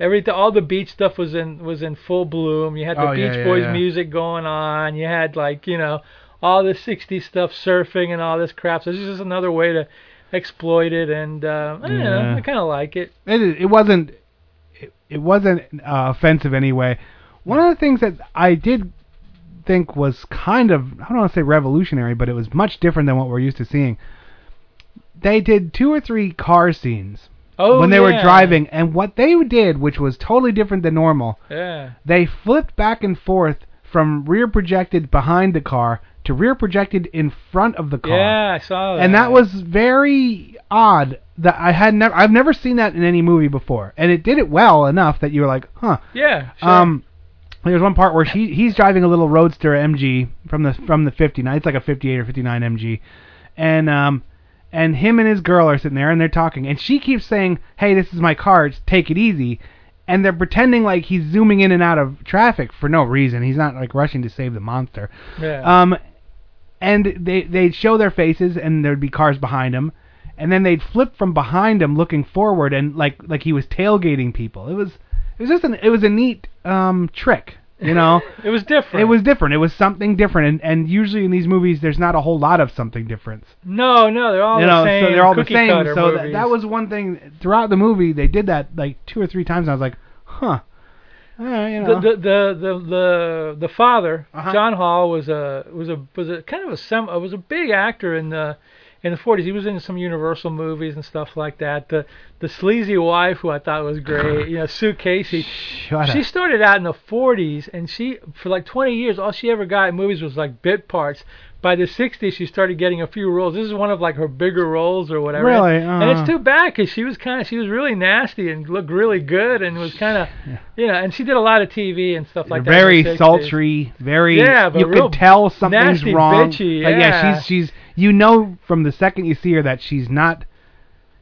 [SPEAKER 2] Everything, all the beach stuff was in was in full bloom. You had the
[SPEAKER 1] Oh, yeah,
[SPEAKER 2] Beach
[SPEAKER 1] yeah,
[SPEAKER 2] Boys
[SPEAKER 1] yeah.
[SPEAKER 2] music going on. You had like you know all the '60s stuff, surfing and all this crap. So this is just another way to exploit it, and uh, I don't know.
[SPEAKER 1] Yeah.
[SPEAKER 2] I kind of like it.
[SPEAKER 1] it, it wasn't it, it wasn't uh, offensive anyway. One of the things that I did think was kind of I don't want to say revolutionary, but it was much different than what we're used to seeing. They did two or three car scenes
[SPEAKER 2] Oh,
[SPEAKER 1] when they were
[SPEAKER 2] yeah.
[SPEAKER 1] driving, and what they did, which was totally different than normal,
[SPEAKER 2] Yeah.
[SPEAKER 1] they flipped back and forth from rear projected behind the car to rear projected in front of the car.
[SPEAKER 2] Yeah, I saw that.
[SPEAKER 1] And that was very odd that I had never I've never seen that in any movie before. And it did it well enough that you were like, "Huh."
[SPEAKER 2] yeah. Sure.
[SPEAKER 1] Um there's one part where he he's driving a little roadster MG from the from the 59. It's like a 58 or 59 MG. And um and him and his girl are sitting there and they're talking and she keeps saying, "Hey, this is my car. Just take it easy." And they're pretending like he's zooming in and out of traffic for no reason. He's not like rushing to save the monster.
[SPEAKER 2] yeah.
[SPEAKER 1] Um, and they they'd show their faces, and there'd be cars behind them, and then they'd flip from behind him, looking forward, and like like he was tailgating people. It was it was just an it was a neat um trick, you know.
[SPEAKER 2] it was different.
[SPEAKER 1] it was different. It was something different, and and usually in these movies, there's not a whole lot of something different.
[SPEAKER 2] no, no, they're all
[SPEAKER 1] you
[SPEAKER 2] the
[SPEAKER 1] know,
[SPEAKER 2] same.
[SPEAKER 1] so they're all the
[SPEAKER 2] cookie
[SPEAKER 1] same.
[SPEAKER 2] cutter
[SPEAKER 1] So that,
[SPEAKER 2] movies.
[SPEAKER 1] that was one thing throughout the movie. They did that like two or three times. And I was like, huh. All right, you
[SPEAKER 2] the
[SPEAKER 1] know.
[SPEAKER 2] the the the the, the father
[SPEAKER 1] Uh-huh.
[SPEAKER 2] John Hall was a was a was a kind of a sem uh, was a big actor in the in the 40s. He was in some Universal movies and stuff like that. The the sleazy wife who I thought was
[SPEAKER 1] Uh-huh.
[SPEAKER 2] great, you know, Sue Casey.
[SPEAKER 1] Shut
[SPEAKER 2] she
[SPEAKER 1] up.
[SPEAKER 2] started out in the 40s and she for like 20 years all she ever got in movies was like bit parts. By the 60s she started getting a few roles. This is one of like her bigger roles or whatever.
[SPEAKER 1] Really?
[SPEAKER 2] And it's
[SPEAKER 1] Uh.
[SPEAKER 2] too bad cuz she was kind of she was really nasty and looked really good and was kind of you know, and she did a lot of TV and stuff like that. in the
[SPEAKER 1] very
[SPEAKER 2] 60s.
[SPEAKER 1] sultry, very
[SPEAKER 2] Yeah, but
[SPEAKER 1] you
[SPEAKER 2] real
[SPEAKER 1] could tell something's
[SPEAKER 2] nasty,
[SPEAKER 1] wrong.
[SPEAKER 2] bitchy,
[SPEAKER 1] Like,
[SPEAKER 2] yeah.
[SPEAKER 1] she's she's you know from the second you see her that she's not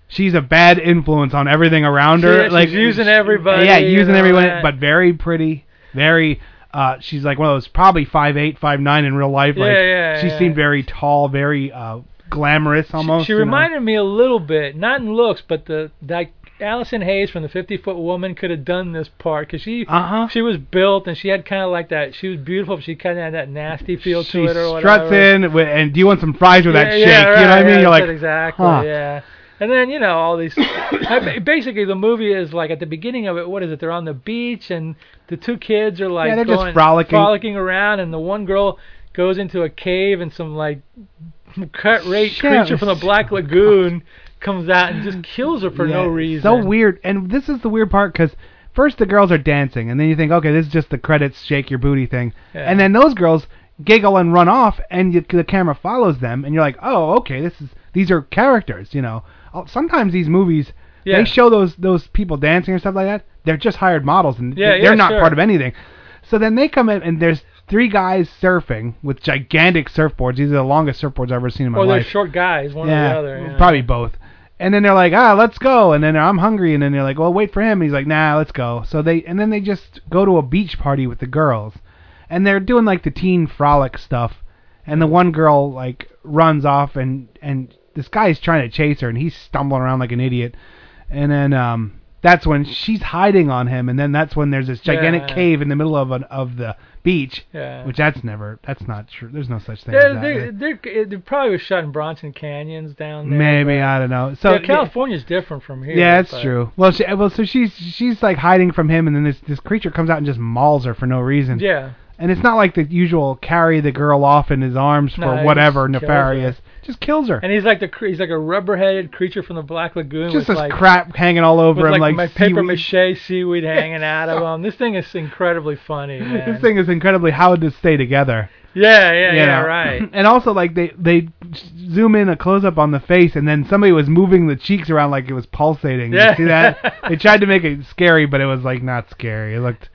[SPEAKER 1] she's a bad influence on everything around
[SPEAKER 2] Yeah,
[SPEAKER 1] her.
[SPEAKER 2] she's
[SPEAKER 1] like
[SPEAKER 2] using
[SPEAKER 1] she-
[SPEAKER 2] everybody
[SPEAKER 1] Yeah,
[SPEAKER 2] and
[SPEAKER 1] using
[SPEAKER 2] all
[SPEAKER 1] everyone,
[SPEAKER 2] that.
[SPEAKER 1] but very pretty, very uh she's like one of those probably five eight, five nine in real life. Like
[SPEAKER 2] Yeah, yeah,
[SPEAKER 1] she
[SPEAKER 2] yeah.
[SPEAKER 1] seemed very tall, very uh glamorous almost.
[SPEAKER 2] She
[SPEAKER 1] you know?
[SPEAKER 2] reminded me a little bit, not in looks, but the like Allison Hayes from the 50 Foot Woman could have done this part because she
[SPEAKER 1] Uh-huh.
[SPEAKER 2] she was built and she had kind of like that. She was beautiful, but she kind of had that nasty feel
[SPEAKER 1] she
[SPEAKER 2] to it or whatever.
[SPEAKER 1] struts in with, and do you want some fries with that
[SPEAKER 2] yeah,
[SPEAKER 1] shake?
[SPEAKER 2] yeah,
[SPEAKER 1] you know what I
[SPEAKER 2] right,
[SPEAKER 1] mean?
[SPEAKER 2] yeah,
[SPEAKER 1] You're
[SPEAKER 2] that's
[SPEAKER 1] like
[SPEAKER 2] it, exactly,
[SPEAKER 1] huh.
[SPEAKER 2] yeah. And then you know all these. I ba- basically, the movie is like at the beginning of it. What is it? They're on the beach and the two kids are like
[SPEAKER 1] Yeah, they're just
[SPEAKER 2] going-
[SPEAKER 1] frolicking.
[SPEAKER 2] frolicking around, and the one girl goes into a cave and some like cut rate
[SPEAKER 1] Shit.
[SPEAKER 2] creature from the Black Lagoon comes out and just kills her for no
[SPEAKER 1] Yeah,
[SPEAKER 2] reason.
[SPEAKER 1] So weird. And this is the weird part because first the girls are dancing, and then you think, okay, this is just the credits, shake your booty thing.
[SPEAKER 2] Yeah.
[SPEAKER 1] And then those girls giggle and run off, and you, the camera follows them, and you're like, oh, okay, this is these are characters, you know. Oh, Sometimes these movies.
[SPEAKER 2] Yeah.
[SPEAKER 1] They show those those people dancing or stuff like that. They're just hired models and
[SPEAKER 2] Yeah,
[SPEAKER 1] they're
[SPEAKER 2] yeah,
[SPEAKER 1] not
[SPEAKER 2] sure.
[SPEAKER 1] part of anything. So then they come in and there's three guys surfing with gigantic surfboards. These are the longest surfboards I've ever seen in my
[SPEAKER 2] Or they're
[SPEAKER 1] life
[SPEAKER 2] short guys, one or the other. yeah.
[SPEAKER 1] probably both. And then they're like, ah, let's go. And then I'm hungry. And then they're like, well, wait for him. And he's like, nah, let's go. So they and then they just go to a beach party with the girls, and they're doing like the teen frolic stuff. And the one girl like runs off, and and this guy is trying to chase her, and he's stumbling around like an idiot. And then um, that's when she's hiding on him, and then that's when there's this gigantic
[SPEAKER 2] Yeah.
[SPEAKER 1] cave in the middle of an of the beach,
[SPEAKER 2] Yeah.
[SPEAKER 1] which that's never that's not true. There's no such thing. as
[SPEAKER 2] Yeah,
[SPEAKER 1] that.
[SPEAKER 2] they, they're, it- they probably was shot in Bronson Canyons down there.
[SPEAKER 1] Maybe I don't know. So
[SPEAKER 2] yeah, California's different from here.
[SPEAKER 1] Yeah, that's
[SPEAKER 2] but-
[SPEAKER 1] true. Well, she, well, so she's she's like hiding from him, and then this this creature comes out and just mauls her for no reason.
[SPEAKER 2] Yeah.
[SPEAKER 1] And it's not like the usual carry the girl off in his arms for
[SPEAKER 2] No, he
[SPEAKER 1] whatever
[SPEAKER 2] just kills
[SPEAKER 1] nefarious. Just kills her.
[SPEAKER 2] And he's like the cre- he's like a rubber-headed creature from the Black Lagoon.
[SPEAKER 1] just this
[SPEAKER 2] with like,
[SPEAKER 1] crap hanging all
[SPEAKER 2] with
[SPEAKER 1] over him,
[SPEAKER 2] like,
[SPEAKER 1] like,
[SPEAKER 2] my paper
[SPEAKER 1] seaweed.
[SPEAKER 2] mache seaweed hanging out of him. This thing is incredibly funny, man.
[SPEAKER 1] This thing is incredibly how to stay together.
[SPEAKER 2] yeah, yeah,
[SPEAKER 1] you
[SPEAKER 2] yeah,
[SPEAKER 1] know?
[SPEAKER 2] right.
[SPEAKER 1] And also, like they they zoom in a close up on the face, and then somebody was moving the cheeks around like it was pulsating.
[SPEAKER 2] Yeah.
[SPEAKER 1] You see that? they tried to make it scary, but it was like not scary. It looked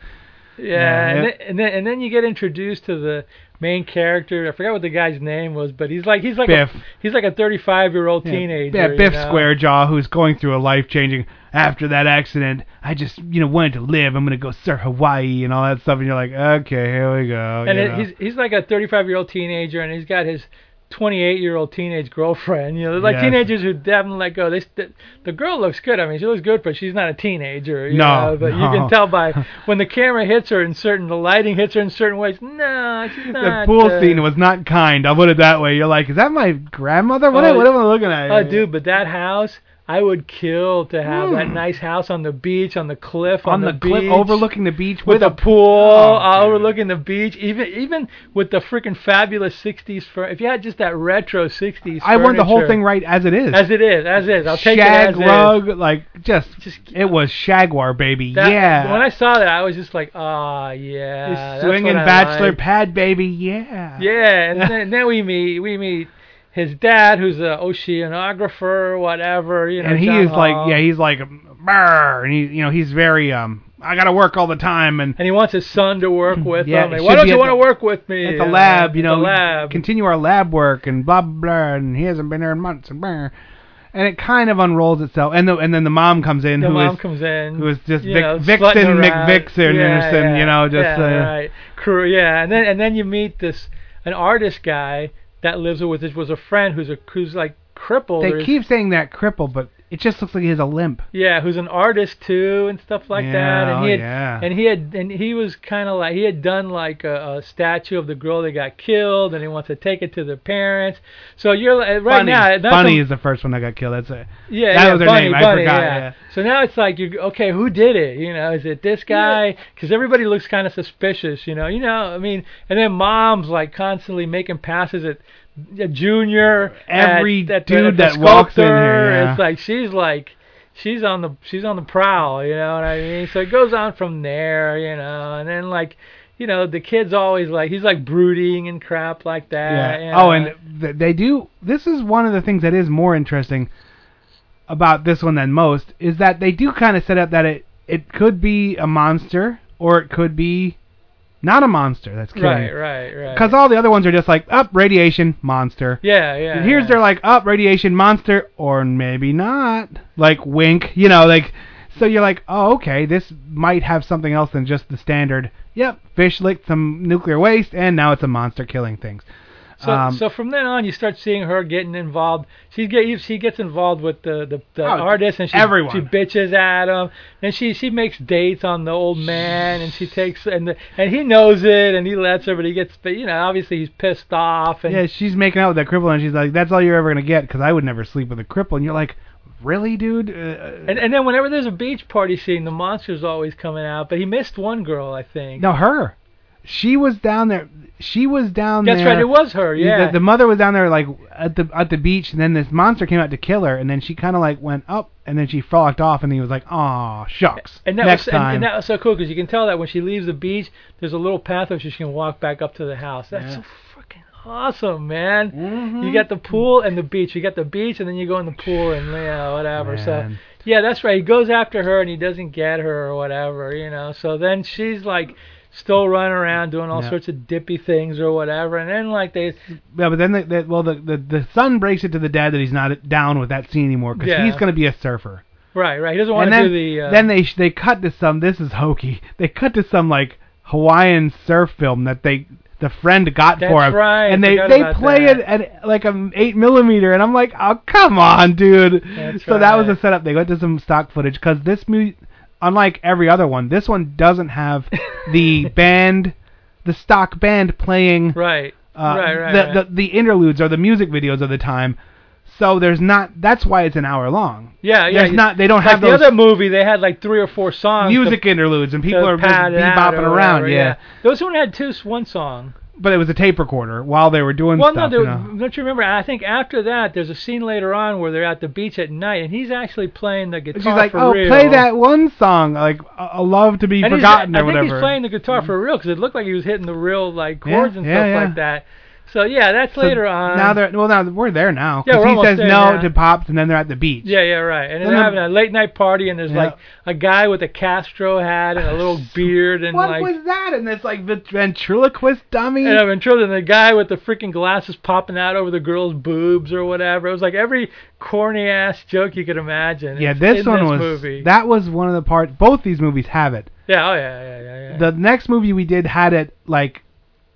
[SPEAKER 2] Yeah,
[SPEAKER 1] Yeah, yeah.
[SPEAKER 2] and, Then, and then and then you get introduced to the main character. I forgot what the guy's name was, but he's like he's like
[SPEAKER 1] Biff.
[SPEAKER 2] a he's like a 35 year old teenager.
[SPEAKER 1] Yeah,
[SPEAKER 2] you
[SPEAKER 1] Biff
[SPEAKER 2] know?
[SPEAKER 1] Squarejaw, who's going through a life changing. After that accident, I just you know wanted to live. I'm gonna go surf Hawaii and all that stuff. And you're like, okay, here we go.
[SPEAKER 2] and
[SPEAKER 1] you
[SPEAKER 2] it-
[SPEAKER 1] know.
[SPEAKER 2] he's he's like a 35 year old teenager, and he's got his 28 year old teenage girlfriend. You know, they're like
[SPEAKER 1] Yes.
[SPEAKER 2] teenagers who definitely let go. They st- the girl looks good. I mean, she looks good, but she's not a teenager. You
[SPEAKER 1] No,
[SPEAKER 2] know? but
[SPEAKER 1] no.
[SPEAKER 2] you can tell by when the camera hits her in certain, the lighting hits her in certain ways. No, she's
[SPEAKER 1] the
[SPEAKER 2] not.
[SPEAKER 1] pool
[SPEAKER 2] uh,
[SPEAKER 1] scene was not kind. I'll put it that way. You're like, is that my grandmother? What,
[SPEAKER 2] Oh,
[SPEAKER 1] what am I looking at?
[SPEAKER 2] Oh, dude, but that house, I would kill to have that nice house on the beach, on the cliff, on,
[SPEAKER 1] Hmm. on, the,
[SPEAKER 2] beach,
[SPEAKER 1] cliff overlooking the Oh, beach
[SPEAKER 2] with,
[SPEAKER 1] with,
[SPEAKER 2] a pool, uh, overlooking the beach. Even even with the freaking fabulous '60s fur, if you had just that retro '60s,
[SPEAKER 1] I want the whole
[SPEAKER 2] furniture.
[SPEAKER 1] thing right as it is.
[SPEAKER 2] As it is, as is. I'll take
[SPEAKER 1] Shag
[SPEAKER 2] it as
[SPEAKER 1] rug,
[SPEAKER 2] is.
[SPEAKER 1] like just, it was Shaguar baby.
[SPEAKER 2] That-
[SPEAKER 1] yeah,
[SPEAKER 2] When I saw that, I was just like, ah, yeah. that's
[SPEAKER 1] swinging
[SPEAKER 2] what I
[SPEAKER 1] bachelor
[SPEAKER 2] like.
[SPEAKER 1] pad baby. Yeah.
[SPEAKER 2] Yeah, and then, then we meet we meet his dad, who's an oceanographer, whatever. You know,
[SPEAKER 1] and he
[SPEAKER 2] John
[SPEAKER 1] is
[SPEAKER 2] Hall.
[SPEAKER 1] like, yeah, he's like, brr, and he, you know, he's very, um, I gotta work all the time, and
[SPEAKER 2] and he wants his son to work with
[SPEAKER 1] Mm-hmm. Yeah,
[SPEAKER 2] him.
[SPEAKER 1] it
[SPEAKER 2] Like, Why
[SPEAKER 1] should
[SPEAKER 2] don't
[SPEAKER 1] be
[SPEAKER 2] you
[SPEAKER 1] at
[SPEAKER 2] want to
[SPEAKER 1] the-
[SPEAKER 2] work with me
[SPEAKER 1] at the lab, you
[SPEAKER 2] at
[SPEAKER 1] know,
[SPEAKER 2] The lab.
[SPEAKER 1] continue our lab work, and blah blah, blah, and he hasn't been there in months, and brr. and it kind of unrolls itself, and the, and then the mom comes in,
[SPEAKER 2] the
[SPEAKER 1] who
[SPEAKER 2] mom
[SPEAKER 1] is-
[SPEAKER 2] comes in.
[SPEAKER 1] who is just
[SPEAKER 2] you
[SPEAKER 1] Vic-
[SPEAKER 2] know,
[SPEAKER 1] Vixen
[SPEAKER 2] slutting around.
[SPEAKER 1] McVixen
[SPEAKER 2] yeah,
[SPEAKER 1] Anderson,
[SPEAKER 2] yeah,
[SPEAKER 1] you know, just,
[SPEAKER 2] yeah,
[SPEAKER 1] uh,
[SPEAKER 2] right. Crew, yeah, and then and then you meet this an artist guy that lives with his was a friend who's a who's like crippled. or
[SPEAKER 1] they
[SPEAKER 2] is-
[SPEAKER 1] keep saying that cripple, but it just looks like he has a limp.
[SPEAKER 2] Yeah, who's an artist too and stuff like that.
[SPEAKER 1] Yeah,
[SPEAKER 2] And he had,
[SPEAKER 1] oh, yeah.
[SPEAKER 2] and he had, and he was kind of like he had done like a, a statue of the girl that got killed, and he wants to take it to their parents. So you're like, right
[SPEAKER 1] Bunny,
[SPEAKER 2] now, that's
[SPEAKER 1] Bunny
[SPEAKER 2] a-
[SPEAKER 1] is the first one that got killed. That's it.
[SPEAKER 2] Yeah,
[SPEAKER 1] that
[SPEAKER 2] yeah,
[SPEAKER 1] was her
[SPEAKER 2] Bunny,
[SPEAKER 1] name. I
[SPEAKER 2] Bunny,
[SPEAKER 1] forgot.
[SPEAKER 2] Yeah. So now it's like you okay, who did it? You know, is it this guy? Because everybody looks kind of suspicious. You know, you know, I mean, and then mom's like constantly making passes at, at Junior, at-
[SPEAKER 1] Every
[SPEAKER 2] at, the- at
[SPEAKER 1] dude
[SPEAKER 2] the
[SPEAKER 1] that walks in here,
[SPEAKER 2] sculptor.
[SPEAKER 1] yeah.
[SPEAKER 2] It's like she's like. She's on the she's on the prowl, you know what I mean. So it goes on from there, you know, and then like, you know, the kid's always like he's like brooding and crap like that.
[SPEAKER 1] Yeah.
[SPEAKER 2] you
[SPEAKER 1] Oh,
[SPEAKER 2] know.
[SPEAKER 1] and th- they do. This is one of the things that is more interesting about this one than most is that they do kind of set up that it it could be a monster or it could be not a monster. That's killing.
[SPEAKER 2] right, right, right.
[SPEAKER 1] Because all the other ones are just like up radiation monster.
[SPEAKER 2] yeah, yeah.
[SPEAKER 1] And here's
[SPEAKER 2] yeah.
[SPEAKER 1] their like up radiation monster or maybe not. Like wink, you know, like so you're like, oh okay, this might have something else than just the standard. Yep, fish licked some nuclear waste and now it's a monster killing things.
[SPEAKER 2] So,
[SPEAKER 1] Um,
[SPEAKER 2] so from then on, you start seeing her getting involved. She get she gets involved with the the, the
[SPEAKER 1] Oh,
[SPEAKER 2] artist, and she
[SPEAKER 1] everyone.
[SPEAKER 2] she bitches at him, and she she makes dates on the old man, and she takes and the, and he knows it, and he lets her, but he gets but you know obviously he's pissed off, and
[SPEAKER 1] Yeah, she's making out with that cripple, and she's like, "That's all you're ever gonna get, because I would never sleep with a cripple." And you're like, "Really, dude?" Uh,
[SPEAKER 2] and and then whenever there's a beach party scene, the monster's always coming out, but he missed one girl, I think.
[SPEAKER 1] no, her. She was down there. She was down
[SPEAKER 2] That's
[SPEAKER 1] there.
[SPEAKER 2] right, it was her, yeah.
[SPEAKER 1] The, the mother was down there, like at the at the beach, and then this monster came out to kill her, and then she kind of like went up, and then she frolicked off, and he was like, "Aw, shucks."
[SPEAKER 2] And that
[SPEAKER 1] Next
[SPEAKER 2] was
[SPEAKER 1] time.
[SPEAKER 2] And, and that was so cool because you can tell that when she leaves the beach, there's a little pathway she can walk back up to the house. That's so freaking awesome, man.
[SPEAKER 1] Mm-hmm.
[SPEAKER 2] You got the pool and the beach. You got the beach and then you go in the pool and yeah, whatever.
[SPEAKER 1] Man.
[SPEAKER 2] So yeah, that's right. He goes after her and he doesn't get her or whatever, you know. So then she's like still running around doing all
[SPEAKER 1] Yeah.
[SPEAKER 2] sorts of dippy things or whatever. And then like they
[SPEAKER 1] yeah, but then the, the well, the, the the son breaks it to the dad that he's not down with that scene anymore because
[SPEAKER 2] Yeah.
[SPEAKER 1] he's gonna be a surfer.
[SPEAKER 2] right, right. He doesn't
[SPEAKER 1] and
[SPEAKER 2] want to
[SPEAKER 1] then,
[SPEAKER 2] do the uh,
[SPEAKER 1] then they sh- they cut to some. This is hokey. They cut to some like Hawaiian surf film that they the friend got
[SPEAKER 2] That's
[SPEAKER 1] for him,
[SPEAKER 2] right,
[SPEAKER 1] and
[SPEAKER 2] I
[SPEAKER 1] they
[SPEAKER 2] forgot
[SPEAKER 1] they
[SPEAKER 2] about
[SPEAKER 1] play
[SPEAKER 2] that.
[SPEAKER 1] it at like a eight millimeter, and I'm like, oh come on, dude.
[SPEAKER 2] That's
[SPEAKER 1] so that was
[SPEAKER 2] right.
[SPEAKER 1] the setup. They went to some stock footage because this movie, unlike every other one, this one doesn't have the band, the stock band playing
[SPEAKER 2] Right.
[SPEAKER 1] uh,
[SPEAKER 2] right, right.
[SPEAKER 1] the,
[SPEAKER 2] right.
[SPEAKER 1] the the interludes or the music videos of the time. So there's not. That's why it's an hour long.
[SPEAKER 2] yeah, yeah.
[SPEAKER 1] there's
[SPEAKER 2] you-
[SPEAKER 1] not- they don't
[SPEAKER 2] like
[SPEAKER 1] have
[SPEAKER 2] the
[SPEAKER 1] those-
[SPEAKER 2] other movie. They had like three or four songs. to
[SPEAKER 1] music interludes and people
[SPEAKER 2] to
[SPEAKER 1] are just
[SPEAKER 2] pad it out
[SPEAKER 1] bebopping
[SPEAKER 2] or
[SPEAKER 1] around.
[SPEAKER 2] whatever,
[SPEAKER 1] yeah.
[SPEAKER 2] those one had two one song.
[SPEAKER 1] but it was a tape recorder while they were doing
[SPEAKER 2] well,
[SPEAKER 1] stuff.
[SPEAKER 2] no,
[SPEAKER 1] you
[SPEAKER 2] there,
[SPEAKER 1] know.
[SPEAKER 2] don't you remember? I think after that, there's a scene later on where they're at the beach at night, and he's actually playing the guitar
[SPEAKER 1] She's like,
[SPEAKER 2] for
[SPEAKER 1] "Oh,
[SPEAKER 2] real.
[SPEAKER 1] play that one song, like a a love to be
[SPEAKER 2] and he's-
[SPEAKER 1] forgotten
[SPEAKER 2] I
[SPEAKER 1] or
[SPEAKER 2] think
[SPEAKER 1] whatever."
[SPEAKER 2] he's playing the guitar for real because it looked like he was hitting the real like
[SPEAKER 1] Yeah,
[SPEAKER 2] chords and
[SPEAKER 1] yeah,
[SPEAKER 2] stuff
[SPEAKER 1] yeah.
[SPEAKER 2] like that. So yeah, that's
[SPEAKER 1] So
[SPEAKER 2] later on.
[SPEAKER 1] Now they're well. Now we're there now.
[SPEAKER 2] Yeah,
[SPEAKER 1] 'cause
[SPEAKER 2] we're
[SPEAKER 1] he
[SPEAKER 2] almost
[SPEAKER 1] says
[SPEAKER 2] there
[SPEAKER 1] no
[SPEAKER 2] now.
[SPEAKER 1] to pops, and then they're at the beach.
[SPEAKER 2] Yeah, yeah, right. And
[SPEAKER 1] Then
[SPEAKER 2] they're
[SPEAKER 1] the-
[SPEAKER 2] having a late night party, and there's like a guy with a Castro hat and a little beard and
[SPEAKER 1] What
[SPEAKER 2] like
[SPEAKER 1] was that? And it's like vent- ventriloquist dummy.
[SPEAKER 2] and a ventriloquist, and the guy with the freaking glasses popping out over the girl's boobs or whatever. It was like every corny ass joke you could imagine.
[SPEAKER 1] yeah,
[SPEAKER 2] It's
[SPEAKER 1] this
[SPEAKER 2] in
[SPEAKER 1] one was
[SPEAKER 2] movie.
[SPEAKER 1] that was one of the part. Both these movies have it.
[SPEAKER 2] yeah, oh yeah, yeah, yeah, yeah.
[SPEAKER 1] The next movie we did had it like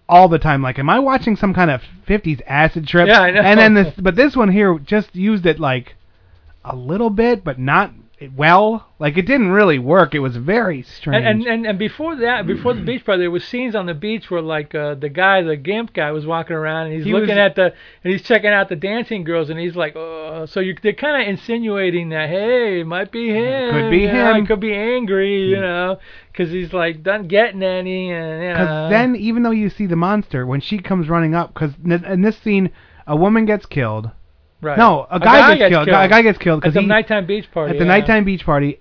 [SPEAKER 1] all the time. Like, am I watching some kind of '50s acid trip?
[SPEAKER 2] Yeah, I know.
[SPEAKER 1] And then this, but this one here just used it like a little bit, but not well. Like, it didn't really work. It was very strange.
[SPEAKER 2] And, and and and before that, before the beach party, there was scenes on the beach where like uh, the guy, the gimp guy, was walking around and he's
[SPEAKER 1] He
[SPEAKER 2] looking
[SPEAKER 1] was-
[SPEAKER 2] at the and he's checking out the dancing girls and he's like, oh, so you they're kind of insinuating that hey, it might be him,
[SPEAKER 1] Could be
[SPEAKER 2] you know,
[SPEAKER 1] him.
[SPEAKER 2] he could be angry, you know, because he's like done getting any and you know.
[SPEAKER 1] Because then, even though you see the monster, when she comes running up, because in this scene, a woman gets killed.
[SPEAKER 2] right.
[SPEAKER 1] No, a guy, gets, killed. A guy gets killed
[SPEAKER 2] at
[SPEAKER 1] because
[SPEAKER 2] the
[SPEAKER 1] he
[SPEAKER 2] nighttime beach party.
[SPEAKER 1] at the
[SPEAKER 2] yeah.
[SPEAKER 1] nighttime beach party,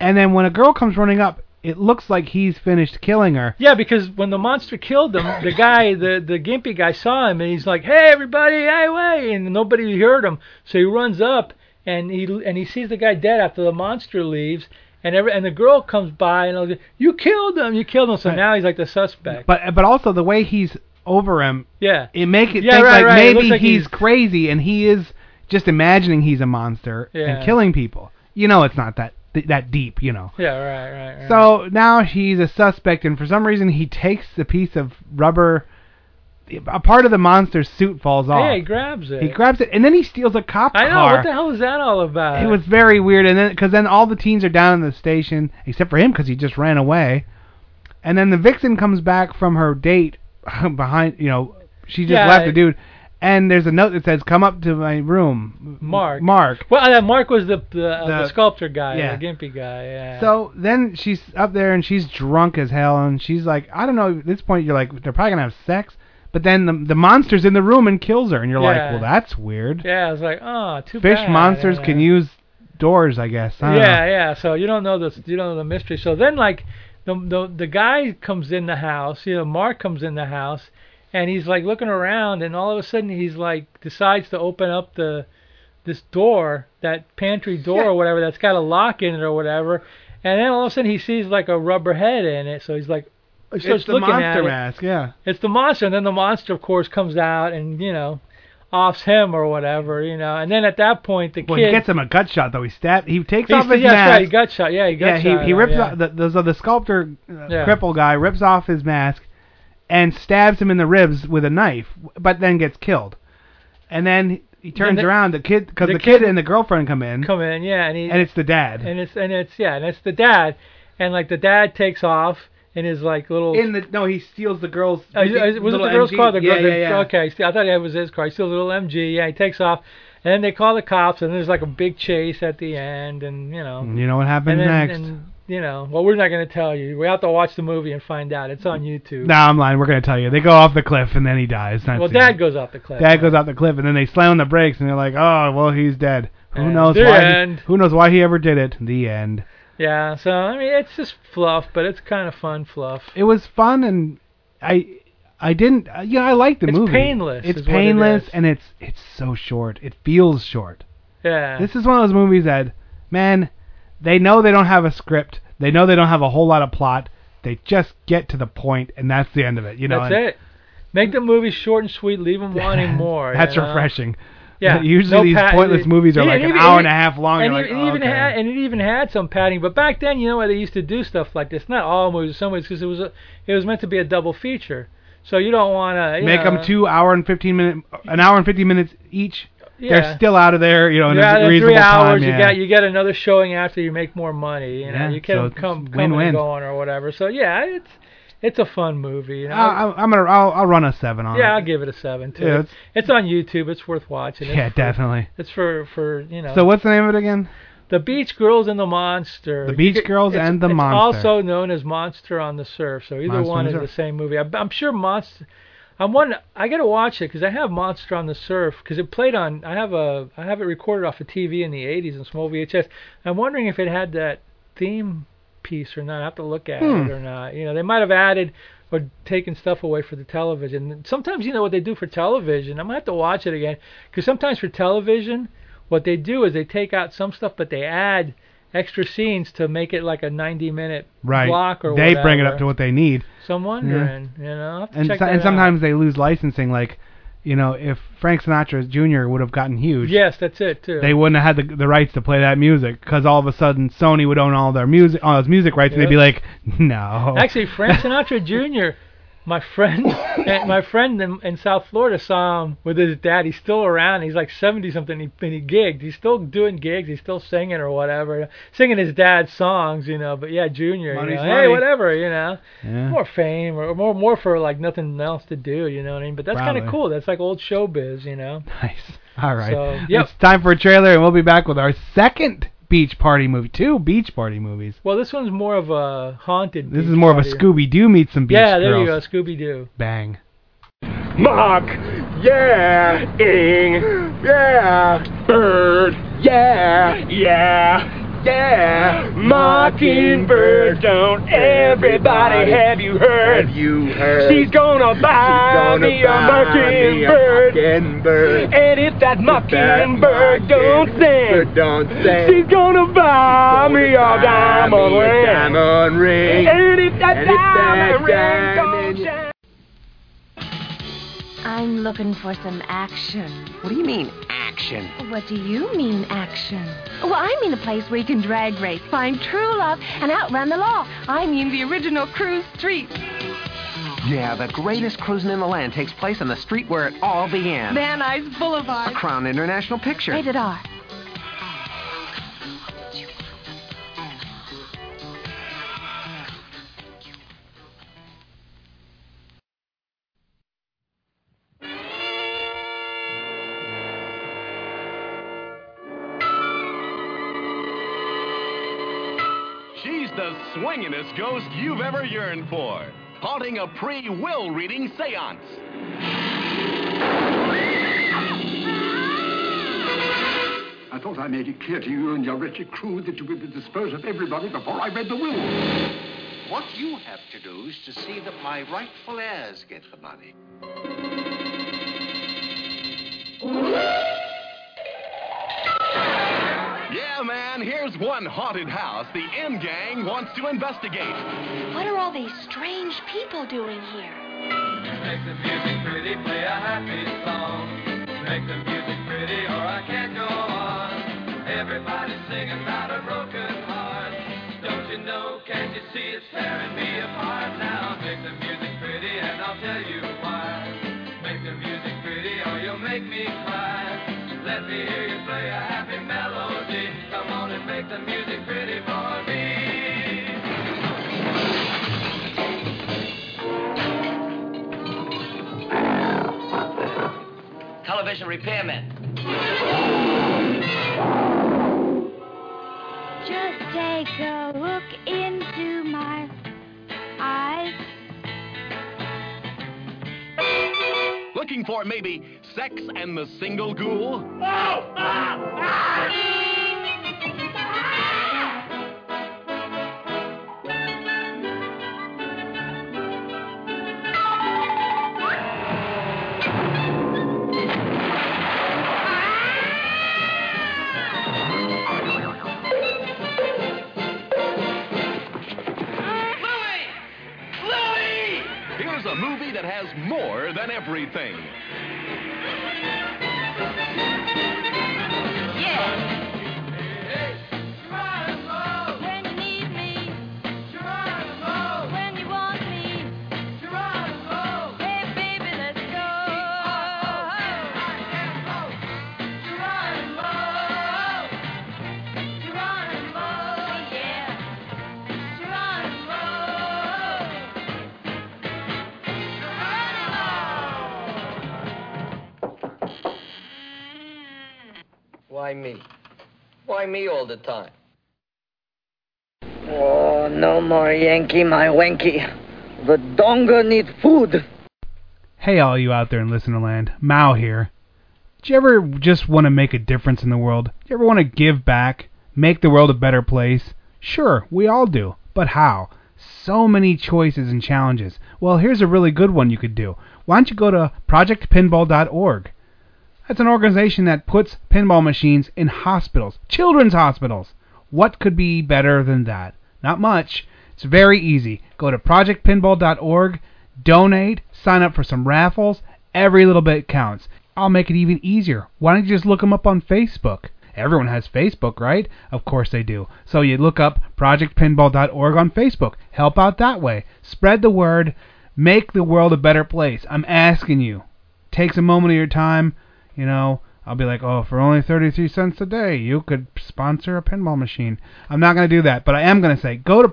[SPEAKER 1] and then when a girl comes running up, it looks like he's finished killing her.
[SPEAKER 2] Yeah, because when the monster killed him, the guy, the the gimpy guy, saw him and he's like, "Hey, everybody, hey, way!" And nobody heard him, so he runs up and he and he sees the guy dead after the monster leaves, and every, and the girl comes by and goes, "You killed him! You killed him!" So
[SPEAKER 1] Right.
[SPEAKER 2] now he's like the suspect.
[SPEAKER 1] But but also the way he's over him,
[SPEAKER 2] yeah,
[SPEAKER 1] it make it
[SPEAKER 2] Yeah,
[SPEAKER 1] think
[SPEAKER 2] right,
[SPEAKER 1] like
[SPEAKER 2] right. It
[SPEAKER 1] maybe
[SPEAKER 2] looks like
[SPEAKER 1] he's,
[SPEAKER 2] he's-
[SPEAKER 1] crazy and he is just imagining he's a monster and
[SPEAKER 2] Yeah.
[SPEAKER 1] killing people. You know, it's not that that deep. You know.
[SPEAKER 2] yeah, right, right, right.
[SPEAKER 1] So now he's a suspect, and for some reason he takes the piece of rubber. A part of the monster's suit falls off.
[SPEAKER 2] yeah, he grabs it.
[SPEAKER 1] oh, He grabs it, and then he steals a cop
[SPEAKER 2] I know
[SPEAKER 1] car.
[SPEAKER 2] what the hell is that all about?
[SPEAKER 1] It was very weird, and then because then all the teens are down in the station except for him because he just ran away, and then the vixen comes back from her date behind. You know, she just
[SPEAKER 2] Yeah,
[SPEAKER 1] left
[SPEAKER 2] I-
[SPEAKER 1] the dude, and there's a note that says, "Come up to my room,
[SPEAKER 2] Mark.
[SPEAKER 1] Mark."
[SPEAKER 2] Well, uh, Mark was the the,
[SPEAKER 1] The-
[SPEAKER 2] uh, the sculptor guy,
[SPEAKER 1] yeah.
[SPEAKER 2] the gimpy guy. Yeah.
[SPEAKER 1] So then she's up there and she's drunk as hell and she's like, I don't know. At this point, you're like, they're probably gonna have sex. But then the the monster's in the room and kills her, and you're like,
[SPEAKER 2] Yeah.
[SPEAKER 1] well, that's weird.
[SPEAKER 2] yeah, I was like, oh, too
[SPEAKER 1] Fish
[SPEAKER 2] bad,
[SPEAKER 1] monsters
[SPEAKER 2] yeah.
[SPEAKER 1] can use doors, I guess. I don't
[SPEAKER 2] yeah,
[SPEAKER 1] know.
[SPEAKER 2] yeah. So you don't know the you don't know the mystery. So then like the the the guy comes in the house, you know, Mark comes in the house, and he's like looking around, and all of a sudden he's like decides to open up the this door, that pantry door or whatever that's got a lock in it or whatever, and then all of a sudden he sees like a rubber head in it, so he's like. He starts
[SPEAKER 1] It's the
[SPEAKER 2] looking
[SPEAKER 1] monster
[SPEAKER 2] at it.
[SPEAKER 1] mask. Yeah.
[SPEAKER 2] It's the monster, and then the monster, of course, comes out and you know, offs him or whatever, you know. And then at that point, the
[SPEAKER 1] Well,
[SPEAKER 2] kid
[SPEAKER 1] he gets him a gut shot though. He stab. He takes
[SPEAKER 2] He's-
[SPEAKER 1] off his
[SPEAKER 2] yeah, that's
[SPEAKER 1] mask.
[SPEAKER 2] right, he gut shot. Yeah, he gut
[SPEAKER 1] yeah,
[SPEAKER 2] shot
[SPEAKER 1] he, he
[SPEAKER 2] him,
[SPEAKER 1] rips
[SPEAKER 2] yeah.
[SPEAKER 1] off the, the so the sculptor uh,
[SPEAKER 2] Yeah.
[SPEAKER 1] cripple guy rips off his mask and stabs him in the ribs with a knife, but then gets killed. And then he turns
[SPEAKER 2] the-
[SPEAKER 1] around. The kid, because the,
[SPEAKER 2] the
[SPEAKER 1] kid,
[SPEAKER 2] kid-
[SPEAKER 1] and the girlfriend come in,
[SPEAKER 2] come in, yeah, and he
[SPEAKER 1] and it's the dad
[SPEAKER 2] and it's and it's yeah, and it's the dad, and like the dad takes off in his like little.
[SPEAKER 1] in the no. He steals the girl's.
[SPEAKER 2] Uh, is- is- was it
[SPEAKER 1] little
[SPEAKER 2] the girl's
[SPEAKER 1] MG.
[SPEAKER 2] car? The girl,
[SPEAKER 1] yeah,
[SPEAKER 2] the-
[SPEAKER 1] yeah, yeah.
[SPEAKER 2] Okay, see, I thought it was his car. He's still a little MG. Yeah, he takes off, and then they call the cops, and there's like a big chase at the end, and you know.
[SPEAKER 1] You know what happens
[SPEAKER 2] and then,
[SPEAKER 1] Mm-hmm. next?
[SPEAKER 2] And, you know, well, we're not going to tell you. We have to watch the movie and find out. It's on YouTube.
[SPEAKER 1] no, I'm lying. We're gonna tell you. They go off the cliff and then he dies. That's
[SPEAKER 2] well,
[SPEAKER 1] the
[SPEAKER 2] Dad
[SPEAKER 1] end.
[SPEAKER 2] goes off the cliff.
[SPEAKER 1] Dad goes off the cliff, and then they slam on the brakes, and they're like, "Oh, well, he's dead. Who
[SPEAKER 2] And
[SPEAKER 1] knows
[SPEAKER 2] the
[SPEAKER 1] why?
[SPEAKER 2] end.
[SPEAKER 1] He, who knows why he ever did it? The end.
[SPEAKER 2] Yeah, so I mean, it's just fluff, but it's kind of fun fluff.
[SPEAKER 1] It was fun, and I, I didn't. uh, You know, I liked the
[SPEAKER 2] It's
[SPEAKER 1] movie.
[SPEAKER 2] painless
[SPEAKER 1] It's
[SPEAKER 2] is what it
[SPEAKER 1] painless,
[SPEAKER 2] is.
[SPEAKER 1] and it's it's so short. It feels short.
[SPEAKER 2] Yeah.
[SPEAKER 1] This is one of those movies that, man, they know they don't have a script. They know they don't have a whole lot of plot. They just get to the point, and that's the end of it. You know,
[SPEAKER 2] That's
[SPEAKER 1] and
[SPEAKER 2] it. Make the movie short and sweet. Leave them wanting more.
[SPEAKER 1] That's
[SPEAKER 2] you know?
[SPEAKER 1] refreshing.
[SPEAKER 2] Yeah.
[SPEAKER 1] Usually
[SPEAKER 2] no
[SPEAKER 1] these
[SPEAKER 2] pat-
[SPEAKER 1] pointless movies are
[SPEAKER 2] Yeah,
[SPEAKER 1] like
[SPEAKER 2] and
[SPEAKER 1] an
[SPEAKER 2] even-
[SPEAKER 1] hour and
[SPEAKER 2] and
[SPEAKER 1] a half long.
[SPEAKER 2] And,
[SPEAKER 1] you're
[SPEAKER 2] even,
[SPEAKER 1] like,
[SPEAKER 2] even
[SPEAKER 1] "Oh, okay."
[SPEAKER 2] had, and it even had some padding, but back then, you know why they used to do stuff like this? Not all movies, some movies, because it was a, it was meant to be a double feature. So you don't want to
[SPEAKER 1] make them two hour and fifteen minute, an hour and fifteen minutes each. They're
[SPEAKER 2] Yeah.
[SPEAKER 1] still out of there, you know, in
[SPEAKER 2] You're out
[SPEAKER 1] a
[SPEAKER 2] of
[SPEAKER 1] reasonable
[SPEAKER 2] three
[SPEAKER 1] time.
[SPEAKER 2] hours.
[SPEAKER 1] yeah.
[SPEAKER 2] You got you get another showing after you make more money. You know,
[SPEAKER 1] Yeah,
[SPEAKER 2] you can
[SPEAKER 1] so it's
[SPEAKER 2] come coming
[SPEAKER 1] win-win.
[SPEAKER 2] and going or whatever. So yeah, it's it's a fun movie. You know?
[SPEAKER 1] I, I- I'm gonna, I'll, I'll run a seven on
[SPEAKER 2] yeah, I'll
[SPEAKER 1] it.
[SPEAKER 2] give it a seven too.
[SPEAKER 1] Yeah,
[SPEAKER 2] it's, it's on YouTube. It's worth watching. It's
[SPEAKER 1] yeah,
[SPEAKER 2] for-
[SPEAKER 1] definitely.
[SPEAKER 2] It's for for you know.
[SPEAKER 1] So what's the name of it again?
[SPEAKER 2] The Beach Girls and the Monster.
[SPEAKER 1] The Beach
[SPEAKER 2] You
[SPEAKER 1] Girls
[SPEAKER 2] it's-
[SPEAKER 1] and the
[SPEAKER 2] it's
[SPEAKER 1] Monster.
[SPEAKER 2] also known as Monster on the Surf. So either
[SPEAKER 1] Monster on
[SPEAKER 2] one
[SPEAKER 1] the
[SPEAKER 2] is
[SPEAKER 1] Surf.
[SPEAKER 2] the same movie. I, I'm sure Monster. I'm one. I gotta watch it because I have Monster on the Surf because it played on. I have a. I have it recorded off a TV in the '80s in small VHS. I'm wondering if it had that theme piece or not. I have to look at
[SPEAKER 1] Hmm.
[SPEAKER 2] it or not. You know, they might have added or taking stuff away for the television. And Sometimes you know what they do for television. I'm gonna have to watch it again because sometimes for television, what they do is they take out some stuff, but they add extra scenes to make it like a 90 minute
[SPEAKER 1] Right.
[SPEAKER 2] block or
[SPEAKER 1] they bring it
[SPEAKER 2] whatever.
[SPEAKER 1] up to what they need.
[SPEAKER 2] So I'm wondering, you know, I'll have to
[SPEAKER 1] And,
[SPEAKER 2] check
[SPEAKER 1] so-
[SPEAKER 2] that
[SPEAKER 1] and
[SPEAKER 2] out.
[SPEAKER 1] sometimes they lose licensing. Like, you know, if Frank Sinatra Jr. would have gotten huge,
[SPEAKER 2] Yes, that's it too.
[SPEAKER 1] they wouldn't have had the, the rights to play that music because all of a sudden Sony would own all their music, all his music rights, and they'd be
[SPEAKER 2] Yep.
[SPEAKER 1] like, no.
[SPEAKER 2] Actually, Frank Sinatra Jr. My friend, and my friend in, in South Florida saw him with his dad. He's still around. He's like 70 something. He, and he gigged. He's still doing gigs. He's still singing or whatever, singing his dad's songs, you know. But yeah, Junior, you
[SPEAKER 1] Money's
[SPEAKER 2] know,
[SPEAKER 1] money.
[SPEAKER 2] hey, whatever, you know.
[SPEAKER 1] Yeah.
[SPEAKER 2] More fame or more more for like nothing else to do, you know what I mean? But that's kind of
[SPEAKER 1] Probably.
[SPEAKER 2] cool. That's like old showbiz, you know.
[SPEAKER 1] Nice. All right.
[SPEAKER 2] So, yep.
[SPEAKER 1] It's time for a trailer, and we'll be back with our second beach party movie. Two beach party movies.
[SPEAKER 2] Well, this one's more of a haunted.
[SPEAKER 1] This
[SPEAKER 2] beach
[SPEAKER 1] is more of a
[SPEAKER 2] party.
[SPEAKER 1] Scooby Doo meets some beach
[SPEAKER 2] Yeah, there
[SPEAKER 1] girls.
[SPEAKER 2] you go, Scooby Doo.
[SPEAKER 1] Bang.
[SPEAKER 6] Mark. Yeah. Ing. Yeah. Bird. Yeah. Yeah. Yeah. Mockingbird. Don't everybody have you heard? Have you heard? She's gonna buy me a mockingbird. And if that mockingbird don't sing, don't sing, she's gonna buy me a diamond ring. Diamond ring. And if that diamond ring don't shine.
[SPEAKER 12] I'm looking for some action. What do you mean, action? What do you mean, action? Well, I mean a place where you can drag race, find true love, and outrun the law. I mean the original cruise street.
[SPEAKER 13] Yeah, the greatest cruising in the land takes place on the street where it all began.
[SPEAKER 12] Van Nuys Boulevard.
[SPEAKER 13] Crown International Picture.
[SPEAKER 12] Rated R.
[SPEAKER 11] She's the swingin'est ghost you've ever yearned for, haunting a pre will reading seance.
[SPEAKER 14] I thought I made it clear to you and your wretched crew that you would dispose of everybody before I read the will.
[SPEAKER 15] What you have to do is to see that my rightful heirs get the money.
[SPEAKER 11] Yeah, man, here's one haunted house the M Gang wants to investigate.
[SPEAKER 5] What are all these strange people doing here?
[SPEAKER 8] Make the music pretty, play a happy song. Make the music pretty, or I can't go on. Everybody sing about a broken heart. Don't you know, can't you see it's tearing me apart now? Make the music pretty, and I'll tell you why. Make the music pretty, or you'll make me cry. Let me hear you play a happy melody. Come on and make the music pretty for me.
[SPEAKER 16] Television repairman.
[SPEAKER 5] Just take a look into my eyes.
[SPEAKER 11] Looking for maybe Sex and the Single Ghoul?
[SPEAKER 5] Ah!
[SPEAKER 11] Here's a movie that has more than everything.
[SPEAKER 16] Why me? Why me all the time?
[SPEAKER 17] Oh, no more Yankee, my wanky. The donga need food.
[SPEAKER 1] Hey, all you out there in listener land, Mao here. Do you ever just want to make a difference in the world? Do you ever want to give back, make the world a better place? Sure, we all do, but how? so many choices and challenges. Well, here's a really good one you could do. Why don't you go to projectpinball.org? That's an organization that puts pinball machines in hospitals, children's hospitals. What could be better than that? Not much. It's very easy. Go to projectpinball.org, donate, sign up for some raffles. Every little bit counts. I'll make it even easier. Why don't you just look them up on Facebook? Everyone has Facebook, right? Of course they do. So you look up projectpinball.org on Facebook. Help out that way. Spread the word. Make the world a better place. I'm asking you. Takes a moment of your time. You know, I'll be like, oh, for only 33 cents a day, you could sponsor a pinball machine. I'm not going to do that, but I am going to say go to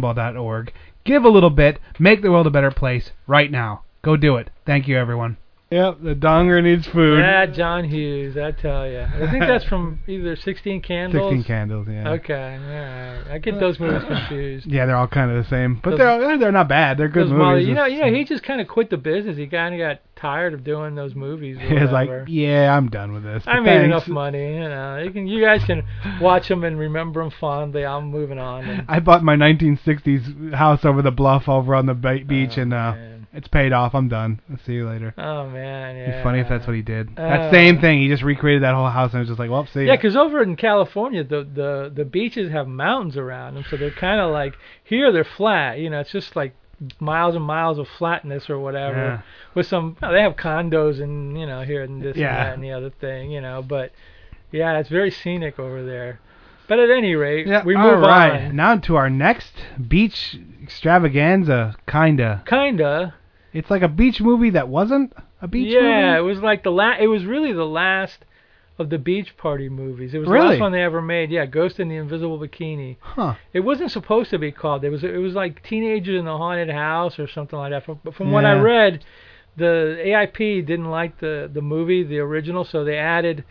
[SPEAKER 1] projectpinball.org, give a little bit, make the world a better place right now. Go do it. Thank you, everyone. Yep, the donger needs food.
[SPEAKER 2] Yeah, John Hughes, I tell you. I think that's from either 16 Candles.
[SPEAKER 1] 16 Candles, yeah.
[SPEAKER 2] Okay, all right. I get those movies confused.
[SPEAKER 1] Yeah, they're all kind of the same, but
[SPEAKER 2] Those-
[SPEAKER 1] they're they're not bad. They're good
[SPEAKER 2] Those
[SPEAKER 1] movies.
[SPEAKER 2] Molly- you know,
[SPEAKER 1] It's-
[SPEAKER 2] you know, he just kind of quit the business. He kind of got tired of doing those movies. Or
[SPEAKER 1] He was like,
[SPEAKER 2] whatever.
[SPEAKER 1] yeah, I'm done with this.
[SPEAKER 2] I
[SPEAKER 1] but
[SPEAKER 2] made
[SPEAKER 1] thanks."
[SPEAKER 2] enough money, you know. You can, you guys can watch them and remember them fondly. I'm moving on. And
[SPEAKER 1] I bought my 1960s house over the bluff over on the ba- beach, and uh, it's paid off. I'm done. I'll see you later.
[SPEAKER 2] oh man, yeah.
[SPEAKER 1] It'd be funny if that's what he did.
[SPEAKER 2] Uh,
[SPEAKER 1] that same thing. He just recreated that whole house and was just like, well, see
[SPEAKER 2] Yeah,
[SPEAKER 1] ya."
[SPEAKER 2] 'cause over in California, the, the the beaches have mountains around them, so they're kind of like here they're flat. You know, it's just like miles and miles of flatness or whatever.
[SPEAKER 1] Yeah.
[SPEAKER 2] With some, oh, they have condos and you know here and this
[SPEAKER 1] Yeah.
[SPEAKER 2] and that and the other thing. You know, but yeah, it's very scenic over there. But at any rate, we move
[SPEAKER 1] All right,
[SPEAKER 2] on.
[SPEAKER 1] now to our next beach extravaganza, kinda.
[SPEAKER 2] Kinda.
[SPEAKER 1] It's like a beach movie that wasn't a beach
[SPEAKER 2] yeah,
[SPEAKER 1] movie.
[SPEAKER 2] it was like the last. It was really the last of the beach party movies. It was the
[SPEAKER 1] Really?
[SPEAKER 2] last one they ever made. Yeah, Ghost in the Invisible Bikini.
[SPEAKER 1] Huh.
[SPEAKER 2] It wasn't supposed to be called. It was it was like Teenagers in the Haunted House or something like that. From, but from what I
[SPEAKER 1] Yeah.
[SPEAKER 2] read, the AIP didn't like the the movie, the original, so they added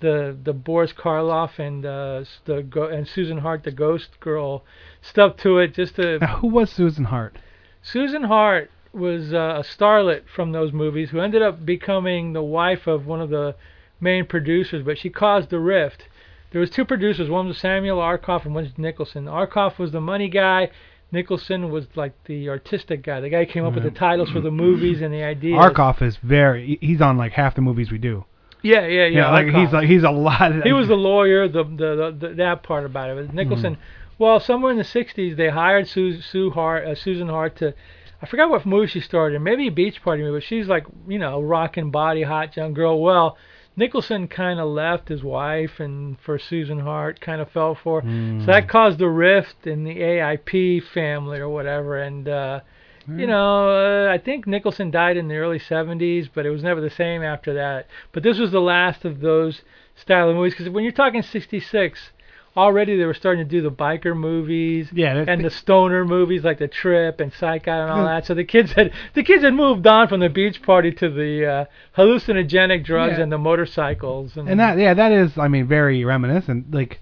[SPEAKER 2] the the Boris Karloff and uh, s- the go- and Susan Hart, the Ghost Girl, stuff to it just to
[SPEAKER 1] Now, who was Susan Hart?
[SPEAKER 2] Susan Hart was uh, a starlet from those movies who ended up becoming the wife of one of the main producers, but she caused the rift. There was two producers, one was Samuel Arkoff and one was Nicholson. Arkoff was the money guy, Nicholson was like the artistic guy, the guy who came up with the titles for the movies and the ideas.
[SPEAKER 1] Arkoff is very. he- He's on like half the movies we do.
[SPEAKER 2] Yeah, yeah, yeah.
[SPEAKER 1] like he's
[SPEAKER 2] Arkoff.
[SPEAKER 1] like he's a lot.
[SPEAKER 2] he was the lawyer, the the, the, the that part about it. But Nicholson, well, somewhere in the '60s, they hired Sue, Sue Hart, uh, Susan Hart to, I forgot what movie she started in, maybe a Beach Party movie. But she's like, you know, rocking body, hot young girl. Well, Nicholson kind of left his wife, and for Susan Hart, kind of fell for. So that caused the rift in the AIP family or whatever, and. uh you know, uh, I think Nicholson died in the early 70s, but it was never the same after that. But this was the last of those style of movies because when you're talking 66, already they were starting to do the biker movies
[SPEAKER 1] Yeah, that's-
[SPEAKER 2] and the stoner movies like The Trip and Psycho and all that. So the kids had the kids had moved on from the beach party to the uh, hallucinogenic drugs
[SPEAKER 1] Yeah.
[SPEAKER 2] and the motorcycles and,
[SPEAKER 1] And that yeah, that is I mean very reminiscent. Like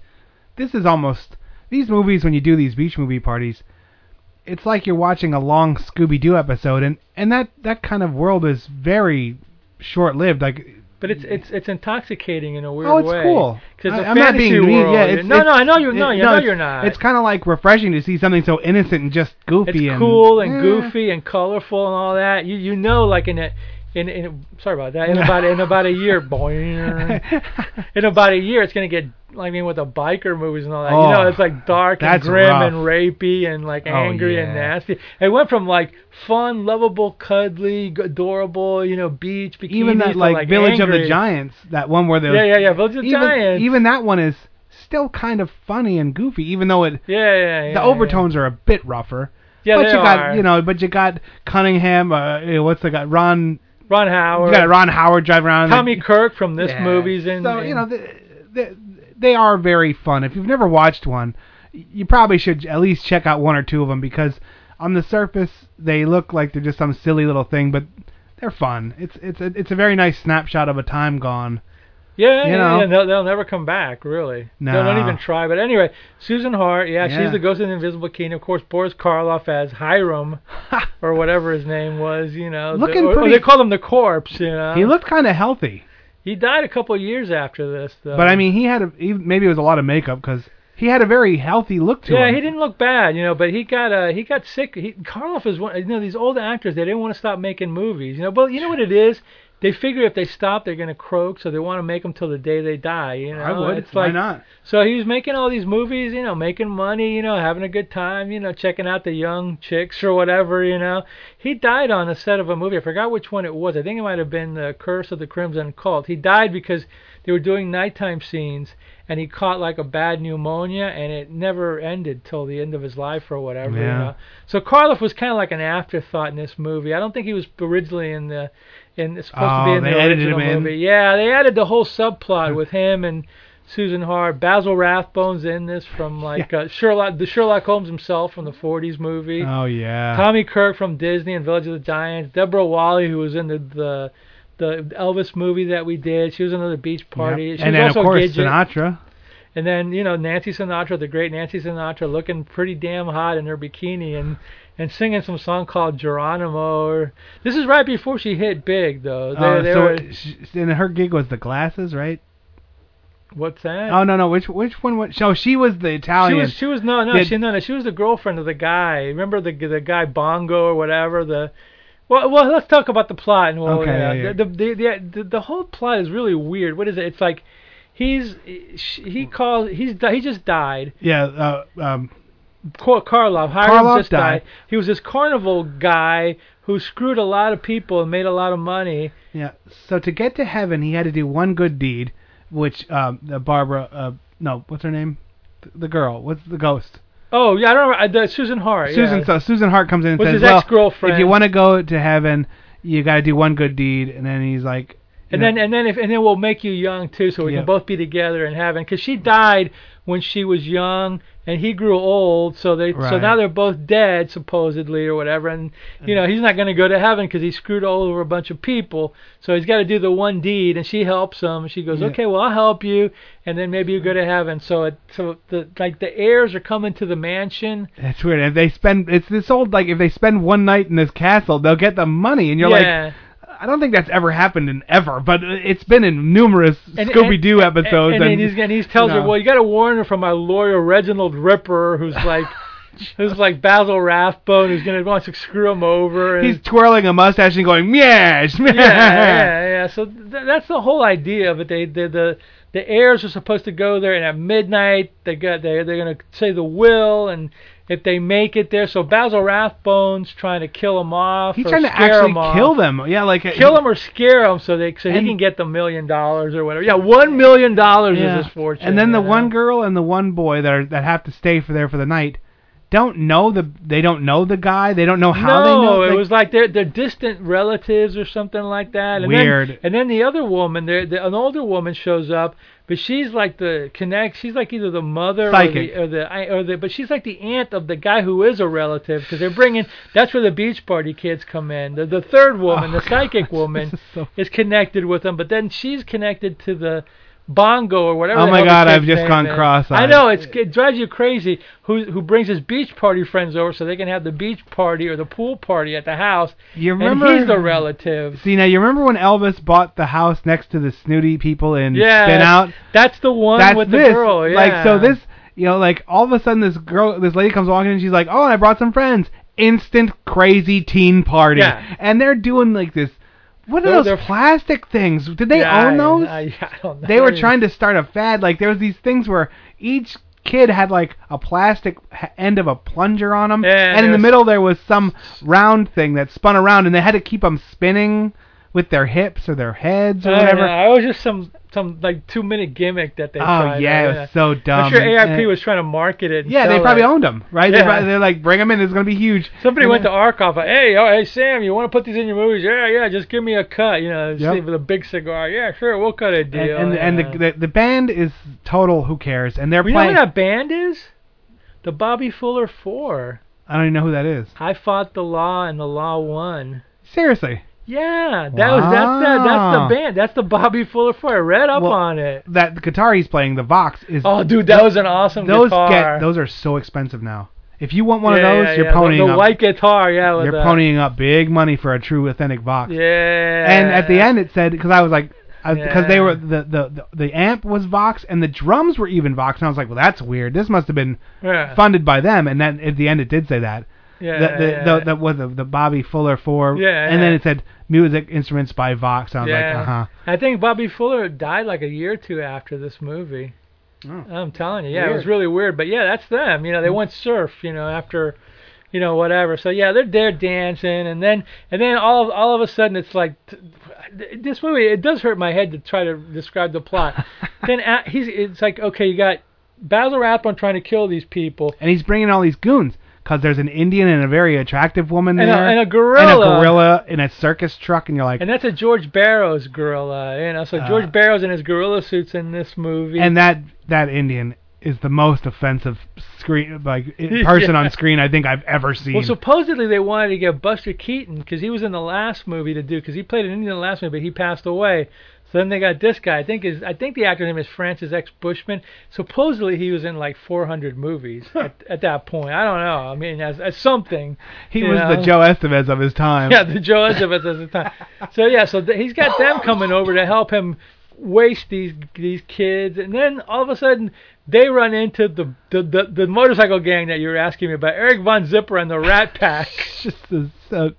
[SPEAKER 1] this is almost these movies when you do these beach movie parties, it's like you're watching a long Scooby Doo episode and and that that kind of world is very short lived. Like
[SPEAKER 2] But it's it's it's intoxicating in a weird
[SPEAKER 1] oh, it's
[SPEAKER 2] way.
[SPEAKER 1] cool.
[SPEAKER 2] Because
[SPEAKER 1] I-
[SPEAKER 2] the
[SPEAKER 1] I'm not
[SPEAKER 2] fantasy
[SPEAKER 1] being mean.
[SPEAKER 2] world.
[SPEAKER 1] Yeah, it's,
[SPEAKER 2] no,
[SPEAKER 1] it's-
[SPEAKER 2] no, I know you. No,
[SPEAKER 1] it-
[SPEAKER 2] you know
[SPEAKER 1] it's-
[SPEAKER 2] you're not.
[SPEAKER 1] It's kind of like refreshing to see something so innocent and just goofy and
[SPEAKER 2] cool and
[SPEAKER 1] Eh.
[SPEAKER 2] goofy and colorful and all that. You you know, like in a in in sorry about that. In about in about a year, boing. in about a year, it's gonna get. I mean, with the biker movies and all that, you
[SPEAKER 1] Oh,
[SPEAKER 2] know, it's like dark and
[SPEAKER 1] that's
[SPEAKER 2] grim
[SPEAKER 1] rough.
[SPEAKER 2] and rapey and like
[SPEAKER 1] Oh,
[SPEAKER 2] angry and
[SPEAKER 1] yeah.
[SPEAKER 2] nasty. It went from like fun, lovable, cuddly, g- adorable, you know, beach bikini
[SPEAKER 1] even that
[SPEAKER 2] to,
[SPEAKER 1] like, Village of the
[SPEAKER 2] angry.
[SPEAKER 1] Giants, that one where they
[SPEAKER 2] Yeah, yeah, yeah, Village of the
[SPEAKER 1] even,
[SPEAKER 2] Giants.
[SPEAKER 1] Even that one is still kind of funny and goofy, even though it
[SPEAKER 2] Yeah, yeah, yeah.
[SPEAKER 1] the overtones are a bit rougher.
[SPEAKER 2] Yeah,
[SPEAKER 1] but
[SPEAKER 2] they
[SPEAKER 1] you
[SPEAKER 2] are.
[SPEAKER 1] got you know, but you got Cunningham. Uh, you know, what's the guy? Ron.
[SPEAKER 2] Ron Howard.
[SPEAKER 1] You got Ron Howard driving around.
[SPEAKER 2] Tommy Kirk from this
[SPEAKER 1] Yeah.
[SPEAKER 2] movie's in.
[SPEAKER 1] so you
[SPEAKER 2] in-
[SPEAKER 1] know they, they, they are very fun. If you've never watched one, you probably should at least check out one or two of them because on the surface they look like they're just some silly little thing, but they're fun. It's it's a, it's a very nice snapshot of a time gone.
[SPEAKER 2] Yeah,
[SPEAKER 1] You
[SPEAKER 2] yeah,
[SPEAKER 1] know?
[SPEAKER 2] yeah. They'll, they'll never come back, really.
[SPEAKER 1] No.
[SPEAKER 2] They'll not even try. But anyway, Susan Hart, yeah,
[SPEAKER 1] Yeah.
[SPEAKER 2] she's the ghost in the Invisible King. Of course, Boris Karloff as Hiram, or whatever his name was, you know. the-
[SPEAKER 1] Looking
[SPEAKER 2] or, or
[SPEAKER 1] pretty-
[SPEAKER 2] they call him the corpse, you know.
[SPEAKER 1] He looked kind of healthy,
[SPEAKER 2] He died a couple of years after this, though.
[SPEAKER 1] but I mean he had a, he, maybe it was a lot of makeup because he had a very healthy look to
[SPEAKER 2] yeah,
[SPEAKER 1] him.
[SPEAKER 2] he didn't look bad, you know, but he got uh, he got sick. He, Karloff is one, you know, these old actors they didn't want to stop making movies, you know. But you know what it is? They figure if they stop, they're gonna croak, so they want to make them till the day they die. You know,
[SPEAKER 1] I would.
[SPEAKER 2] It's
[SPEAKER 1] Why
[SPEAKER 2] like,
[SPEAKER 1] not?
[SPEAKER 2] So he was making all these movies, you know, making money, you know, having a good time, you know, checking out the young chicks or whatever, you know. He died on the set of a movie. I forgot which one it was. I think it might have been The Curse of the Crimson Cult. He died because they were doing nighttime scenes and he caught like a bad pneumonia and it never ended till the end of his life or whatever. You
[SPEAKER 1] Yeah.
[SPEAKER 2] know? So Karloff was kind of like an afterthought in this movie. I don't think he was originally in the in it's supposed
[SPEAKER 1] Oh,
[SPEAKER 2] to be in
[SPEAKER 1] they
[SPEAKER 2] the
[SPEAKER 1] edited
[SPEAKER 2] original
[SPEAKER 1] him in? Hmm.
[SPEAKER 2] movie. Yeah, they added the whole subplot with him and Susan Hart. Basil Rathbone's in this from like uh, Sherlock, the Sherlock Holmes himself from the '40s movie.
[SPEAKER 1] Oh yeah.
[SPEAKER 2] Tommy Kirk from Disney and Village of the Giants. Deborah Wally, who was in the the, the Elvis movie that we did. She was in another beach party.
[SPEAKER 1] Yep.
[SPEAKER 2] She
[SPEAKER 1] And
[SPEAKER 2] was
[SPEAKER 1] then
[SPEAKER 2] also
[SPEAKER 1] of course
[SPEAKER 2] Gidget.
[SPEAKER 1] Sinatra.
[SPEAKER 2] And then you know Nancy Sinatra, the great Nancy Sinatra, looking pretty damn hot in her bikini and and singing some song called Geronimo. Or, this is right before she hit big though. They,
[SPEAKER 1] Uh,
[SPEAKER 2] they
[SPEAKER 1] so
[SPEAKER 2] were,
[SPEAKER 1] sh- and her gig was the glasses, right?
[SPEAKER 2] what's that?
[SPEAKER 1] Oh no no which which one was? So she was the
[SPEAKER 2] She
[SPEAKER 1] Italian.
[SPEAKER 2] was, she was no, no,
[SPEAKER 1] Did-
[SPEAKER 2] she no, no, she was the girlfriend of the guy. Remember the the guy Bongo or whatever. The well, well, let's talk about the plot. And well,
[SPEAKER 1] Okay,
[SPEAKER 2] yeah,
[SPEAKER 1] yeah, yeah.
[SPEAKER 2] The, the, the the the whole plot is really weird. What is it? It's like he's she, he calls he's di- he just died.
[SPEAKER 1] yeah. Uh, um,
[SPEAKER 2] Kor- Karloff, Hiram
[SPEAKER 1] Karloff
[SPEAKER 2] just died.
[SPEAKER 1] died.
[SPEAKER 2] He was this carnival guy who screwed a lot of people and made a lot of money.
[SPEAKER 1] Yeah. So to get to heaven, he had to do one good deed, which um, the Barbara, uh, no, what's her name? Th- The girl. What's the ghost?
[SPEAKER 2] Oh yeah, I don't remember. Uh, the, Susan Hart.
[SPEAKER 1] Susan.
[SPEAKER 2] yeah.
[SPEAKER 1] So Susan Hart comes in and
[SPEAKER 2] Was
[SPEAKER 1] says,
[SPEAKER 2] his
[SPEAKER 1] "Well,
[SPEAKER 2] ex-girlfriend."
[SPEAKER 1] if you want to go to heaven, you got to do one good deed." And then he's like,
[SPEAKER 2] And then and then if and then we'll make you young too, so we
[SPEAKER 1] Yeah.
[SPEAKER 2] can both be together in heaven. Because she died when she was young, and he grew old, so they so
[SPEAKER 1] Right.
[SPEAKER 2] now they're both dead supposedly or whatever. And you know he's not going to go to heaven because he screwed all over a bunch of people. So he's got to do the one deed, and she helps him. She goes,
[SPEAKER 1] Yeah.
[SPEAKER 2] okay, well I'll help you, and then maybe you go to heaven. So it so the like the heirs are coming to the mansion.
[SPEAKER 1] That's weird. If they spend, it's this old like if they spend one night in this castle, they'll get the money, and you're
[SPEAKER 2] yeah.
[SPEAKER 1] like. I don't think that's ever happened in ever, but it's been in numerous
[SPEAKER 2] And-
[SPEAKER 1] Scooby Doo
[SPEAKER 2] and-
[SPEAKER 1] episodes.
[SPEAKER 2] And, and, he's, and he tells
[SPEAKER 1] you
[SPEAKER 2] her,
[SPEAKER 1] know.
[SPEAKER 2] "Well, you got to warn her from our lawyer Reginald Ripper, who's like, who's like Basil Rathbone, who's gonna want to screw him over." And,
[SPEAKER 1] he's twirling a mustache and going, yes,
[SPEAKER 2] yeah, yeah, yeah. So th- that's the whole idea of it. They, they the the heirs are supposed to go there, and at midnight they got they they're gonna say the will, and if they make it there, so Basil Rathbone's trying to kill him off.
[SPEAKER 1] He's
[SPEAKER 2] or
[SPEAKER 1] trying to
[SPEAKER 2] scare
[SPEAKER 1] actually
[SPEAKER 2] him off.
[SPEAKER 1] kill them. Yeah, like
[SPEAKER 2] Kill him or scare him so they so he
[SPEAKER 1] And-
[SPEAKER 2] can get the million dollars or whatever. Yeah, one million dollars
[SPEAKER 1] Yeah.
[SPEAKER 2] is his fortune.
[SPEAKER 1] And then the
[SPEAKER 2] you know?
[SPEAKER 1] one girl and the one boy that are that have to stay for there for the night don't know the they don't know the guy. They don't know how
[SPEAKER 2] no,
[SPEAKER 1] they know.
[SPEAKER 2] it
[SPEAKER 1] like-
[SPEAKER 2] was like they're they're distant relatives or something like that. And Then,
[SPEAKER 1] Weird.
[SPEAKER 2] and then the other woman, there, the, an older woman shows up, but she's like the connect. She's like either the mother
[SPEAKER 1] Psychic.
[SPEAKER 2] or the or the I- or the, but she's like the aunt of the guy who is a relative because they're bringing. That's where the beach party kids come in. The the third woman,
[SPEAKER 1] Oh,
[SPEAKER 2] the psychic woman, is, connected with them, but then she's connected to the. Bongo or whatever.
[SPEAKER 1] Oh
[SPEAKER 2] the
[SPEAKER 1] my
[SPEAKER 2] hell the
[SPEAKER 1] God,
[SPEAKER 2] kid's
[SPEAKER 1] I've just
[SPEAKER 2] name
[SPEAKER 1] gone
[SPEAKER 2] is. I
[SPEAKER 1] cross-eyed.
[SPEAKER 2] know it's it drives you crazy. Who who brings his beach party friends over so they can have the beach party or the pool party at the house?
[SPEAKER 1] You
[SPEAKER 2] And
[SPEAKER 1] remember-
[SPEAKER 2] he's the relative.
[SPEAKER 1] See now, you remember when Elvis bought the house next to the snooty people in
[SPEAKER 2] Yeah,
[SPEAKER 1] Spin Out?
[SPEAKER 2] That's the one
[SPEAKER 1] That's
[SPEAKER 2] with
[SPEAKER 1] this.
[SPEAKER 2] the girl. Yeah.
[SPEAKER 1] Like so, this you know, like all of a sudden, this girl, this lady comes walking and she's like, "Oh, and I brought some friends." Instant crazy teen party,
[SPEAKER 2] Yeah.
[SPEAKER 1] and they're doing like this. What are
[SPEAKER 2] They're-
[SPEAKER 1] those
[SPEAKER 2] they're-
[SPEAKER 1] plastic things? Did they
[SPEAKER 2] Yeah,
[SPEAKER 1] own
[SPEAKER 2] I-
[SPEAKER 1] those?
[SPEAKER 2] I, I don't know.
[SPEAKER 1] they were trying to start a fad. Like there was these things where each kid had like a plastic h- end of a plunger on them,
[SPEAKER 2] Yeah, and
[SPEAKER 1] and
[SPEAKER 2] there
[SPEAKER 1] in the
[SPEAKER 2] was-
[SPEAKER 1] middle there was some round thing that spun around, and they had to keep them spinning with their hips or their heads or
[SPEAKER 2] I don't know.
[SPEAKER 1] whatever.
[SPEAKER 2] I was just some some like two minute gimmick that they
[SPEAKER 1] Oh,
[SPEAKER 2] tried.
[SPEAKER 1] yeah, it was so dumb.
[SPEAKER 2] I'm sure AIP
[SPEAKER 1] And- eh.
[SPEAKER 2] was trying to market it. and
[SPEAKER 1] Yeah, they
[SPEAKER 2] sell
[SPEAKER 1] probably
[SPEAKER 2] it.
[SPEAKER 1] owned them, right? They
[SPEAKER 2] Yeah.
[SPEAKER 1] probably, they're like, bring them in. It's gonna be huge.
[SPEAKER 2] Somebody
[SPEAKER 1] And
[SPEAKER 2] went to
[SPEAKER 1] then-
[SPEAKER 2] Arkoff. Like, hey, oh, hey, Sam, you want to put these in your movies? Yeah, yeah. Just give me a cut. You know,
[SPEAKER 1] Yep.
[SPEAKER 2] with a big cigar. Yeah, sure, we'll cut a deal.
[SPEAKER 1] and and,
[SPEAKER 2] yeah.
[SPEAKER 1] and the, the the band is total. Who cares? And they're
[SPEAKER 2] You know
[SPEAKER 1] playing.
[SPEAKER 2] who that band is? The Bobby Fuller Four.
[SPEAKER 1] I don't even know who that is.
[SPEAKER 2] I fought the law and the law won.
[SPEAKER 1] Seriously,
[SPEAKER 2] Yeah, that was that's that,
[SPEAKER 1] Wow.
[SPEAKER 2] that's the band. That's the Bobby Fuller Four. I read up
[SPEAKER 1] Well,
[SPEAKER 2] on it.
[SPEAKER 1] that the guitar he's playing, the Vox, is.
[SPEAKER 2] Oh, dude, that was an awesome
[SPEAKER 1] those
[SPEAKER 2] guitar.
[SPEAKER 1] get those are so expensive now. If you want one
[SPEAKER 2] Yeah,
[SPEAKER 1] of those,
[SPEAKER 2] yeah,
[SPEAKER 1] you're
[SPEAKER 2] yeah, the-
[SPEAKER 1] ponying
[SPEAKER 2] the,
[SPEAKER 1] up.
[SPEAKER 2] white guitar. Yeah, with
[SPEAKER 1] you're
[SPEAKER 2] the-
[SPEAKER 1] ponying up big money for a true authentic Vox.
[SPEAKER 2] Yeah.
[SPEAKER 1] And at the end, it said because I was like, I, because they were the, the the the amp was Vox and the drums were even Vox, and I was like, well, that's weird. This must have been
[SPEAKER 2] Yeah.
[SPEAKER 1] funded by them. And then at the end, it did say that.
[SPEAKER 2] Yeah,
[SPEAKER 1] That the,
[SPEAKER 2] yeah,
[SPEAKER 1] the,
[SPEAKER 2] yeah.
[SPEAKER 1] that was the, the Bobby Fuller four.
[SPEAKER 2] Yeah,
[SPEAKER 1] And then
[SPEAKER 2] yeah.
[SPEAKER 1] it said music instruments by Vox. I was like, uh huh.
[SPEAKER 2] I think Bobby Fuller died like a year or two after this movie. I'm telling you, yeah, it was
[SPEAKER 1] Oh. Weird. Hmm.
[SPEAKER 2] really weird. But yeah, that's them. You know, they went surf. You know, after, you know, whatever. So yeah, they're there dancing, and then and then all of, all of a sudden it's like t- this movie. It does hurt my head to try to describe the plot. then a he's it's like okay, you got Basil Rathbone trying to kill these people.
[SPEAKER 1] And he's bringing all these goons because there's an Indian and a very attractive woman
[SPEAKER 2] And a-
[SPEAKER 1] there,
[SPEAKER 2] and a
[SPEAKER 1] and a
[SPEAKER 2] gorilla.
[SPEAKER 1] gorilla in a circus truck, and you're like,
[SPEAKER 2] And that's a George Barrows gorilla, you know. So George
[SPEAKER 1] Uh.
[SPEAKER 2] Barrows in his gorilla suits in this movie.
[SPEAKER 1] and that that Indian is the most offensive screen like i- person
[SPEAKER 2] Yeah.
[SPEAKER 1] on screen I think I've ever seen.
[SPEAKER 2] Well, supposedly they wanted to get Buster Keaton because he was in the last movie to do because he played an Indian in the last movie, but he passed away. So then they got this guy. I think is I think the actor's name is Francis X. Bushman. Supposedly he was in like 400 movies at, at that point. I don't know. I mean, as, as something.
[SPEAKER 1] he
[SPEAKER 2] you
[SPEAKER 1] was
[SPEAKER 2] know.
[SPEAKER 1] the Joe Estevez of his time.
[SPEAKER 2] Yeah, the Joe Estevez at the time. So yeah, so th- he's got them coming over to help him waste these these kids, and then all of a sudden they run into the the, the, the motorcycle gang that you were asking me about, Eric von Zipper and the Rat Pack.
[SPEAKER 1] Just is so.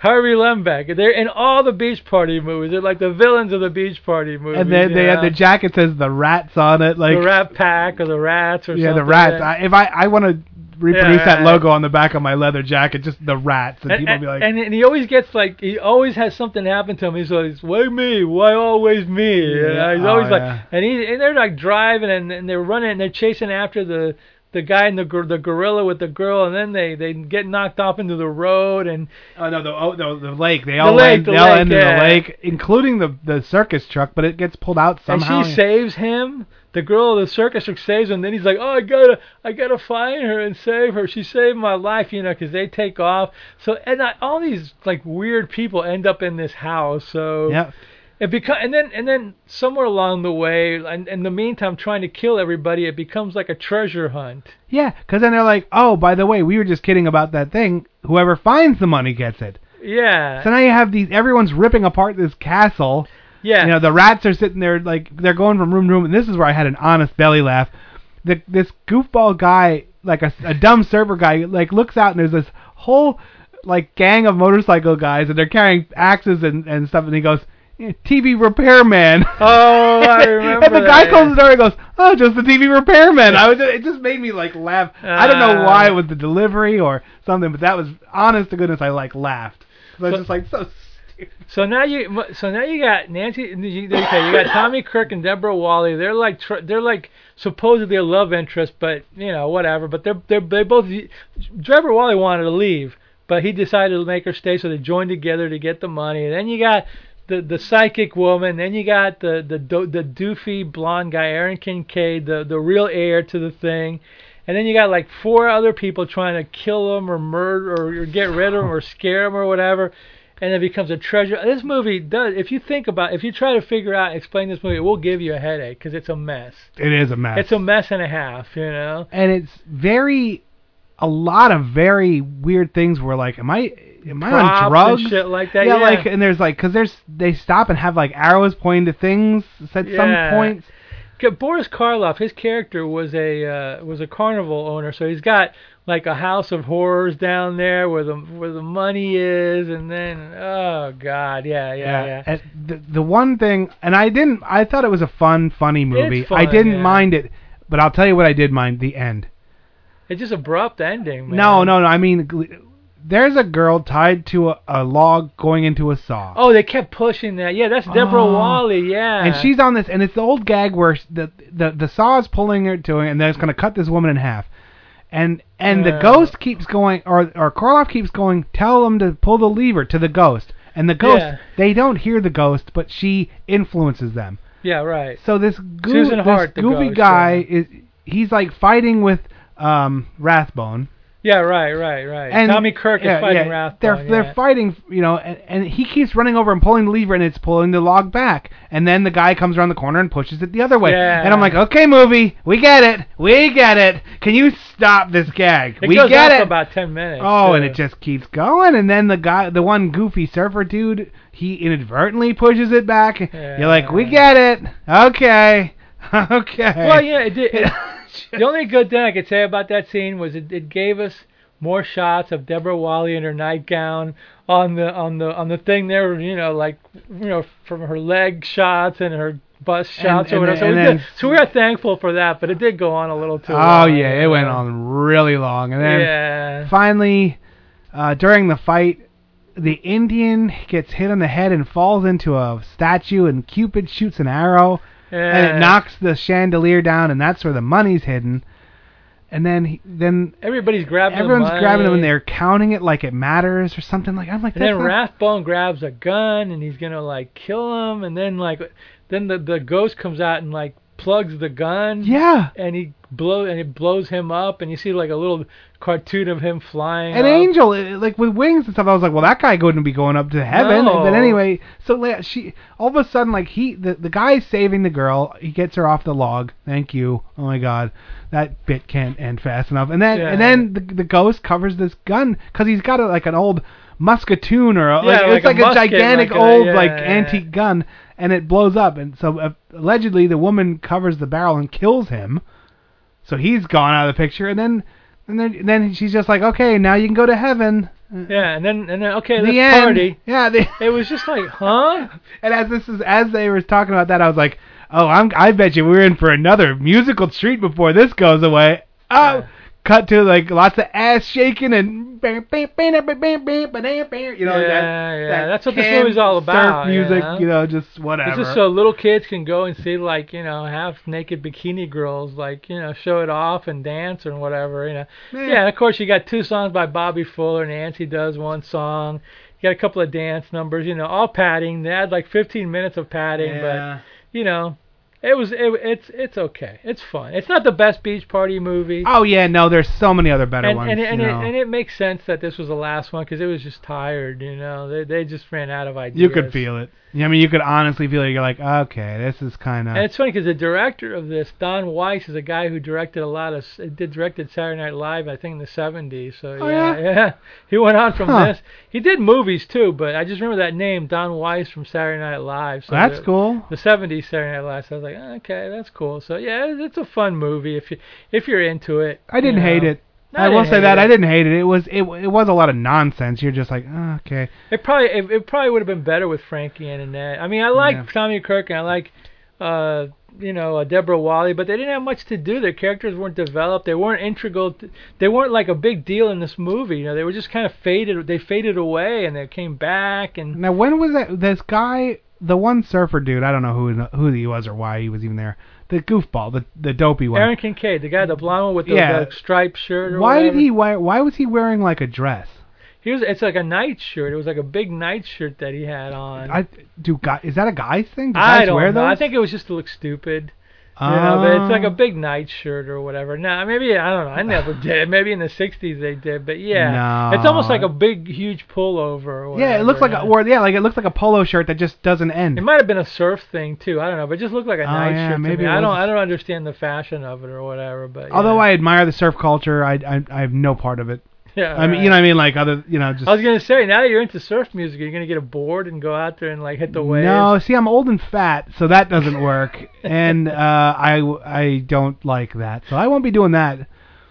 [SPEAKER 2] Harvey Lembeck. They're in all the Beach Party movies. They're like the villains of the Beach Party movies.
[SPEAKER 1] And then
[SPEAKER 2] you
[SPEAKER 1] they had
[SPEAKER 2] know?
[SPEAKER 1] the jacket says the rats on it, like
[SPEAKER 2] the Rat Pack or the Rats or
[SPEAKER 1] yeah,
[SPEAKER 2] something.
[SPEAKER 1] the rats. I, if I I want to reproduce
[SPEAKER 2] Yeah.
[SPEAKER 1] that logo on the back of my leather jacket, just the rats, and, people
[SPEAKER 2] and,
[SPEAKER 1] be like,
[SPEAKER 2] and, and he always gets like he always has something happen to him. He's always why me? Why always me? You
[SPEAKER 1] Yeah.
[SPEAKER 2] know, he's
[SPEAKER 1] Oh,
[SPEAKER 2] always
[SPEAKER 1] yeah.
[SPEAKER 2] like and he and they're like driving and, and they're running and they're chasing after the the guy and the gor- the gorilla with the girl and then they they get knocked off into the road and
[SPEAKER 1] oh no the oh, the, the lake they all
[SPEAKER 2] lake,
[SPEAKER 1] end,
[SPEAKER 2] the
[SPEAKER 1] they all
[SPEAKER 2] lake,
[SPEAKER 1] end in
[SPEAKER 2] yeah.
[SPEAKER 1] the lake, including the the circus truck, but it gets pulled out somehow.
[SPEAKER 2] and she saves him. The girl of the circus truck saves him. Then he's like, "Oh, I gotta, I gotta find her and save her. She saved my life, you know, 'cause they take off." So and I, all these like weird people end up in this house. So
[SPEAKER 1] Yeah.
[SPEAKER 2] it becomes and then and then somewhere along the way, and in the meantime, trying to kill everybody, it becomes like a treasure hunt.
[SPEAKER 1] Yeah, 'cause then they're like, oh, by the way, we were just kidding about that thing. Whoever finds the money gets it.
[SPEAKER 2] Yeah.
[SPEAKER 1] So now you have these. Everyone's ripping apart this castle.
[SPEAKER 2] Yeah.
[SPEAKER 1] You know, the rats are sitting there like they're going from room to room, and this is where I had an honest belly laugh. The, this goofball guy, like a, a dumb server guy, like looks out and there's this whole like gang of motorcycle guys, and they're carrying axes and and stuff, and he goes. "Eh, TV repairman.
[SPEAKER 2] Oh, I remember
[SPEAKER 1] and the guy
[SPEAKER 2] that.
[SPEAKER 1] closes the door and goes, "Oh, just the TV repairman." I was, it just made me like laugh. I don't know
[SPEAKER 2] Ah.
[SPEAKER 1] why it was the delivery or something, but that was honest to goodness, I like laughed. 'Cause I was
[SPEAKER 2] So-
[SPEAKER 1] just like so
[SPEAKER 2] So now you, so now you got Nancy. Okay, you got Tommy Kirk and Deborah Wally. They're like, tr- they're like supposedly a love interest, but you know whatever. But they're they're they both. Deborah Wally wanted to leave, but he decided to make her stay. So they joined together to get the money. And then you got the the psychic woman. Then you got the the do, the doofy blonde guy Aaron Kincaid, the the real heir to the thing. And then you got like four other people trying to kill him or murder or, or get rid of him or scare him or whatever and it becomes a treasure. This movie does. If you think about, if you try to figure out, explain this movie, it will give you a headache because it's a mess.
[SPEAKER 1] It is a mess.
[SPEAKER 2] It's a mess and a half, you know.
[SPEAKER 1] and it's very a lot of very weird things where like am I am I
[SPEAKER 2] Props
[SPEAKER 1] on
[SPEAKER 2] and
[SPEAKER 1] drugs?
[SPEAKER 2] shit like that, yeah.
[SPEAKER 1] like uh, and there's like cuz there's they stop and have like arrows pointing to things at
[SPEAKER 2] Yeah.
[SPEAKER 1] some points.
[SPEAKER 2] K- Boris Karloff, his character was a uh, was a carnival owner, so he's got like a house of horrors down there where the where the money is, and then oh god, yeah, yeah, yeah.
[SPEAKER 1] And the, the one thing and I didn't I thought it was a fun funny movie. I
[SPEAKER 2] fun,
[SPEAKER 1] didn't
[SPEAKER 2] yeah.
[SPEAKER 1] mind it, but I'll tell you what I did mind the end.
[SPEAKER 2] It's just abrupt ending. Man.
[SPEAKER 1] No, no, no. I mean gl- there's a girl tied to a, a log going into a saw.
[SPEAKER 2] Oh, they kept pushing that. Yeah, that's Deborah
[SPEAKER 1] Oh.
[SPEAKER 2] Wally. Yeah.
[SPEAKER 1] And she's on this, and it's the old gag where s- the the the saw is pulling her to it, and then it's gonna cut this woman in half. And and the
[SPEAKER 2] Yeah.
[SPEAKER 1] ghost keeps going, or or Karloff keeps going. Tell them to pull the lever to the ghost, and the ghost.
[SPEAKER 2] Yeah.
[SPEAKER 1] They don't hear the ghost, but she influences them.
[SPEAKER 2] yeah, right.
[SPEAKER 1] So this, goo-
[SPEAKER 2] Susan
[SPEAKER 1] this
[SPEAKER 2] Hart, the
[SPEAKER 1] goofy
[SPEAKER 2] ghost,
[SPEAKER 1] guy is he's like fighting with um Rathbone,
[SPEAKER 2] Yeah, right, right, right. Tommy Kirk
[SPEAKER 1] yeah,
[SPEAKER 2] is fighting
[SPEAKER 1] yeah,
[SPEAKER 2] Wrathbone.
[SPEAKER 1] They're
[SPEAKER 2] yeah.
[SPEAKER 1] they're fighting, you know, and, and he keeps running over and pulling the lever, and it's pulling the log back. And then the guy comes around the corner and pushes it the other way.
[SPEAKER 2] Yeah.
[SPEAKER 1] And I'm like, okay, movie, we get it, we get it. Can you stop this gag?
[SPEAKER 2] It
[SPEAKER 1] we
[SPEAKER 2] goes
[SPEAKER 1] get
[SPEAKER 2] on for
[SPEAKER 1] it.
[SPEAKER 2] about ten minutes.
[SPEAKER 1] Oh, and
[SPEAKER 2] too.
[SPEAKER 1] it just keeps going, and then the guy, the one goofy surfer dude, he inadvertently pushes it back. You're like, we get it, okay, okay.
[SPEAKER 2] Well, yeah, it did. It, the only good thing I could say about that scene was it, it gave us more shots of Deborah Wally in her nightgown on the on the on the thing there, you know, like you know from her leg shots and her bust
[SPEAKER 1] And-
[SPEAKER 2] shots
[SPEAKER 1] and
[SPEAKER 2] or
[SPEAKER 1] then-
[SPEAKER 2] whatever. so, we
[SPEAKER 1] and
[SPEAKER 2] did, so we are thankful for that, but it did go on a little too.
[SPEAKER 1] Oh
[SPEAKER 2] long.
[SPEAKER 1] yeah, it went on really long, and then
[SPEAKER 2] Yeah.
[SPEAKER 1] finally, uh, during the fight, the Indian gets hit on the head and falls into a statue, and Cupid shoots an arrow, and
[SPEAKER 2] Yeah.
[SPEAKER 1] it knocks the chandelier down, and that's where the money's hidden. And then he, then
[SPEAKER 2] Everybody's grabbing.
[SPEAKER 1] everyone's
[SPEAKER 2] the money.
[SPEAKER 1] grabbing them, and they're counting it like it matters or something. Like I'm like,
[SPEAKER 2] And then
[SPEAKER 1] that's not
[SPEAKER 2] Rathbone grabs a gun and he's gonna like kill him, and then like then the the ghost comes out and like plugs the gun.
[SPEAKER 1] Yeah.
[SPEAKER 2] And he blow and it blows him up, and you see like a little cartoon of him flying.
[SPEAKER 1] an
[SPEAKER 2] up.
[SPEAKER 1] angel, it- like with wings and stuff. I was like, well, that guy wouldn't be going up to heaven.
[SPEAKER 2] No.
[SPEAKER 1] But anyway, so la- she all of a sudden, like he, the the guy saving the girl, he gets her off the log. Thank you. Oh my God, that bit can't end fast enough. And then and
[SPEAKER 2] Yeah.
[SPEAKER 1] then the, the ghost covers this gun because he's got a, like an old musketoon or a-
[SPEAKER 2] Yeah,
[SPEAKER 1] like, it's
[SPEAKER 2] like
[SPEAKER 1] like
[SPEAKER 2] a
[SPEAKER 1] a,
[SPEAKER 2] musket,
[SPEAKER 1] gigantic
[SPEAKER 2] like a-
[SPEAKER 1] old
[SPEAKER 2] yeah,
[SPEAKER 1] like
[SPEAKER 2] yeah.
[SPEAKER 1] antique gun, and it blows up. And so uh, allegedly, the woman covers the barrel and kills him. So he's gone out of the picture, and then and then then she's just like, okay, now you can go to heaven.
[SPEAKER 2] Yeah, and then and then okay,
[SPEAKER 1] The
[SPEAKER 2] let's
[SPEAKER 1] end.
[SPEAKER 2] party.
[SPEAKER 1] Yeah, the-
[SPEAKER 2] it was just like, huh?
[SPEAKER 1] And as this is as they were talking about that, I was like, oh, I'm I bet you we're in for another musical treat before this goes away. Oh, cut to like lots of ass shaking and bam, bam, bam, bam, bam, bam, bam, bam, you know
[SPEAKER 2] yeah,
[SPEAKER 1] that,
[SPEAKER 2] yeah,
[SPEAKER 1] that
[SPEAKER 2] that's what this
[SPEAKER 1] canned
[SPEAKER 2] movie's all about.
[SPEAKER 1] Surf music,
[SPEAKER 2] you know?
[SPEAKER 1] you know, just whatever.
[SPEAKER 2] It's just so little kids can go and see like you know half naked bikini girls like you know show it off and dance and whatever you know.
[SPEAKER 1] Yeah.
[SPEAKER 2] Yeah, and of course you got two songs by Bobby Fuller. Nancy does one song. You got a couple of dance numbers. You know, all padding. They had like 15 minutes of padding,
[SPEAKER 1] Yeah.
[SPEAKER 2] but you know. It was it, it's it's okay. It's fun. It's not the best beach party movie.
[SPEAKER 1] oh yeah, no, there's so many other better
[SPEAKER 2] and,
[SPEAKER 1] ones.
[SPEAKER 2] And, it-
[SPEAKER 1] you
[SPEAKER 2] and,
[SPEAKER 1] know.
[SPEAKER 2] it, and it makes sense that this was the last one because it was just tired. You know, they they just ran out of ideas.
[SPEAKER 1] you could feel it. I mean, you could honestly feel it. You're like, okay, this is kind of.
[SPEAKER 2] And it's funny because the director of this, Don Weiss, is a guy who directed a lot of did directed Saturday Night Live, I think in the '70s. So
[SPEAKER 1] Oh,
[SPEAKER 2] yeah,
[SPEAKER 1] yeah?
[SPEAKER 2] He went on from
[SPEAKER 1] Huh.
[SPEAKER 2] this. He did movies too, but I just remember that name, Don Weiss from Saturday Night Live. So
[SPEAKER 1] That's
[SPEAKER 2] the-
[SPEAKER 1] cool.
[SPEAKER 2] The '70s Saturday Night Live. So I was like, "Oh, okay, that's cool. So yeah, it- it's a fun movie if you if you're into it.
[SPEAKER 1] I didn't
[SPEAKER 2] you know.
[SPEAKER 1] hate it.
[SPEAKER 2] No,
[SPEAKER 1] I, will
[SPEAKER 2] didn't
[SPEAKER 1] say
[SPEAKER 2] hate
[SPEAKER 1] that
[SPEAKER 2] it.
[SPEAKER 1] I didn't hate it. It was it it was a lot of nonsense. You're just like, oh, okay.
[SPEAKER 2] It probably it, it probably would have been better with Frankie and Annette. I mean, I like
[SPEAKER 1] Yeah.
[SPEAKER 2] Tommy Kirk and I like uh you know uh, Deborah Wally, but they didn't have much to do. Their characters weren't developed. They weren't integral. To, they weren't like a big deal in this movie. You know, they were just kind of faded. They faded away and they came back and
[SPEAKER 1] Now when was that? This guy, the one surfer dude. I don't know who who he was or why he was even there. The goofball, the the dopey one.
[SPEAKER 2] Aaron Kincaid, the guy the blonde one with the,
[SPEAKER 1] Yeah.
[SPEAKER 2] the striped shirt. Or
[SPEAKER 1] why did
[SPEAKER 2] whatever.
[SPEAKER 1] he? Why why was he wearing like a dress?
[SPEAKER 2] He was. It's like a night shirt. It was like a big night shirt that he had on.
[SPEAKER 1] I do. Guy, is that a guy's thing? Do
[SPEAKER 2] I
[SPEAKER 1] guys
[SPEAKER 2] don't
[SPEAKER 1] wear
[SPEAKER 2] know.
[SPEAKER 1] those?
[SPEAKER 2] I think it was just to look stupid. You know, but it's like
[SPEAKER 1] Ah.
[SPEAKER 2] a big night shirt or whatever. Now, maybe I don't know. I never did. Maybe in the '60s they did, but yeah,
[SPEAKER 1] No.
[SPEAKER 2] it's almost like a big, huge pullover. Or whatever,
[SPEAKER 1] Oh. Yeah, it looks like
[SPEAKER 2] yeah.
[SPEAKER 1] a, or yeah, like it looks like a polo shirt that just doesn't end.
[SPEAKER 2] It might have been a surf thing too. I don't know, but it just looked like a
[SPEAKER 1] Oh,
[SPEAKER 2] night
[SPEAKER 1] yeah,
[SPEAKER 2] shirt.
[SPEAKER 1] maybe
[SPEAKER 2] to me.
[SPEAKER 1] it
[SPEAKER 2] I don't.
[SPEAKER 1] was.
[SPEAKER 2] I don't understand the fashion of it or whatever. But yeah.
[SPEAKER 1] Although I admire the surf culture, I I, I have no part of it.
[SPEAKER 2] Yeah,
[SPEAKER 1] I mean, you know, what I mean, like other, you know, just
[SPEAKER 2] I was gonna say now that you're into surf music, you're gonna get a board and go out there and like hit the waves.
[SPEAKER 1] No, see, I'm old and fat, so that doesn't work, and uh, I I don't like that, so I won't be doing that.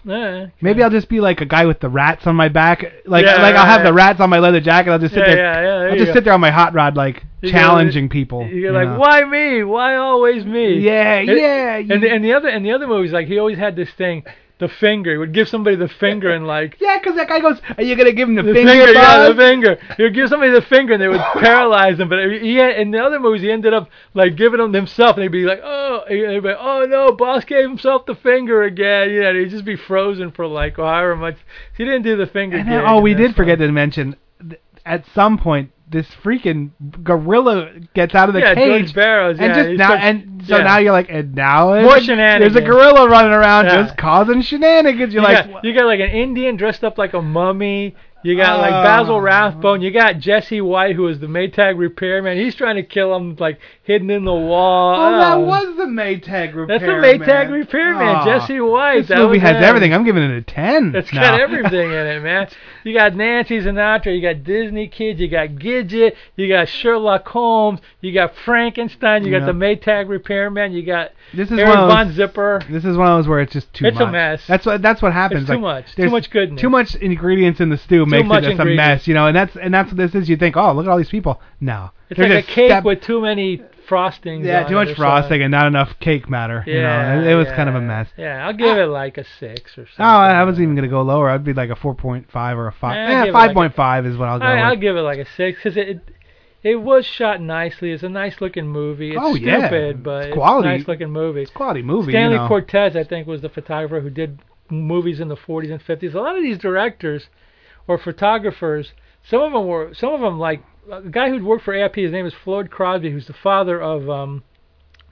[SPEAKER 2] Yeah.
[SPEAKER 1] Maybe I'll just be like a guy with the rats on my back, like
[SPEAKER 2] Yeah,
[SPEAKER 1] like I'll have
[SPEAKER 2] right.
[SPEAKER 1] the rats on my leather jacket. I'll just sit
[SPEAKER 2] Yeah,
[SPEAKER 1] there.
[SPEAKER 2] yeah, yeah, there
[SPEAKER 1] I'll
[SPEAKER 2] you
[SPEAKER 1] just
[SPEAKER 2] go.
[SPEAKER 1] sit there on my hot rod, like
[SPEAKER 2] You go-
[SPEAKER 1] challenging people.
[SPEAKER 2] You're
[SPEAKER 1] you
[SPEAKER 2] like,
[SPEAKER 1] know.
[SPEAKER 2] why me? Why always me?
[SPEAKER 1] Yeah,
[SPEAKER 2] and,
[SPEAKER 1] yeah,
[SPEAKER 2] And the, and the other and the other movies, like he always had this thing, the finger. He would give somebody the finger and like
[SPEAKER 1] Yeah, 'cause that guy goes, "Are you gonna give him the,
[SPEAKER 2] the
[SPEAKER 1] finger?"
[SPEAKER 2] finger, yeah, the
[SPEAKER 1] bud?"
[SPEAKER 2] finger. He would give somebody the finger and they would paralyze them. But he had, in the other movies, he ended up like giving them himself, and they'd be like, oh, and they'd be like, oh no, boss gave himself the finger again. You know, and he'd just be frozen for like however much. He didn't do the finger.
[SPEAKER 1] And then,
[SPEAKER 2] gig
[SPEAKER 1] oh,
[SPEAKER 2] in
[SPEAKER 1] we
[SPEAKER 2] this
[SPEAKER 1] did
[SPEAKER 2] one.
[SPEAKER 1] forget to mention th- at some point this freaking gorilla gets out of the
[SPEAKER 2] Yeah,
[SPEAKER 1] cage
[SPEAKER 2] George Barrows,
[SPEAKER 1] and
[SPEAKER 2] yeah,
[SPEAKER 1] just
[SPEAKER 2] he
[SPEAKER 1] now
[SPEAKER 2] starts-
[SPEAKER 1] and so
[SPEAKER 2] yeah.
[SPEAKER 1] now you're like and now it's,
[SPEAKER 2] More
[SPEAKER 1] there's
[SPEAKER 2] shenanigans.
[SPEAKER 1] a gorilla running around
[SPEAKER 2] Yeah.
[SPEAKER 1] just causing shenanigans.
[SPEAKER 2] You
[SPEAKER 1] You're like
[SPEAKER 2] got, you got like an Indian dressed up like a mummy. You got like
[SPEAKER 1] Oh.
[SPEAKER 2] Basil Rathbone. You got Jesse White, who was the Maytag repairman. He's trying to kill him, like hidden in the wall.
[SPEAKER 1] oh, that
[SPEAKER 2] Oh.
[SPEAKER 1] was the Maytag repair.
[SPEAKER 2] That's the Maytag
[SPEAKER 1] man.
[SPEAKER 2] repairman,
[SPEAKER 1] Aw.
[SPEAKER 2] Jesse White.
[SPEAKER 1] This
[SPEAKER 2] That
[SPEAKER 1] movie
[SPEAKER 2] was
[SPEAKER 1] has
[SPEAKER 2] him.
[SPEAKER 1] everything. I'm giving it a ten.
[SPEAKER 2] It's
[SPEAKER 1] now.
[SPEAKER 2] got everything in it, man. You got Nancy Sinatra, you got Disney Kids, you got Gidget, you got Sherlock Holmes, you got Frankenstein, you got
[SPEAKER 1] Yeah.
[SPEAKER 2] the Maytag repairman, you got
[SPEAKER 1] This is
[SPEAKER 2] Harry
[SPEAKER 1] one of those-
[SPEAKER 2] Von Zipper.
[SPEAKER 1] This is one of those where it's just too
[SPEAKER 2] It's a
[SPEAKER 1] much.
[SPEAKER 2] mess.
[SPEAKER 1] That's what that's what happens.
[SPEAKER 2] It's too
[SPEAKER 1] like,
[SPEAKER 2] much. Too
[SPEAKER 1] there's
[SPEAKER 2] much goodness.
[SPEAKER 1] Too much ingredients in the stew makes
[SPEAKER 2] much
[SPEAKER 1] it just a
[SPEAKER 2] ingredients.
[SPEAKER 1] mess, you know. And that's and that's what this is. You think, oh, look at all these people. No,
[SPEAKER 2] It's
[SPEAKER 1] They're
[SPEAKER 2] like a
[SPEAKER 1] just
[SPEAKER 2] cake
[SPEAKER 1] step-
[SPEAKER 2] with too many frostings.
[SPEAKER 1] yeah,
[SPEAKER 2] on
[SPEAKER 1] too
[SPEAKER 2] it
[SPEAKER 1] much
[SPEAKER 2] or
[SPEAKER 1] frosting and not enough cake matter.
[SPEAKER 2] something.
[SPEAKER 1] you know,
[SPEAKER 2] Yeah,
[SPEAKER 1] and it, was
[SPEAKER 2] yeah.
[SPEAKER 1] kind of a mess.
[SPEAKER 2] Yeah, I'll give it like a six or
[SPEAKER 1] Oh,
[SPEAKER 2] something.
[SPEAKER 1] I I wasn't even gonna go lower. I'd be like a 4.5 or a five.
[SPEAKER 2] Eh,
[SPEAKER 1] Eh,
[SPEAKER 2] give it like a-
[SPEAKER 1] 5.5 is what I'll go.
[SPEAKER 2] I, I'll
[SPEAKER 1] with.
[SPEAKER 2] give it like a six because it, it it was shot nicely. It's a nice looking movie. It's
[SPEAKER 1] Oh, yeah.
[SPEAKER 2] stupid, but it's,
[SPEAKER 1] quality-
[SPEAKER 2] a nice looking movie. It's
[SPEAKER 1] quality movie, you
[SPEAKER 2] Stanley
[SPEAKER 1] know.
[SPEAKER 2] Cortez, I think, was the photographer who did movies in the 40s and 50s. A lot of these directors or photographers, some of them were, some of them like a guy who'd worked for AIP. His name is Floyd Crosby, who's the father of um,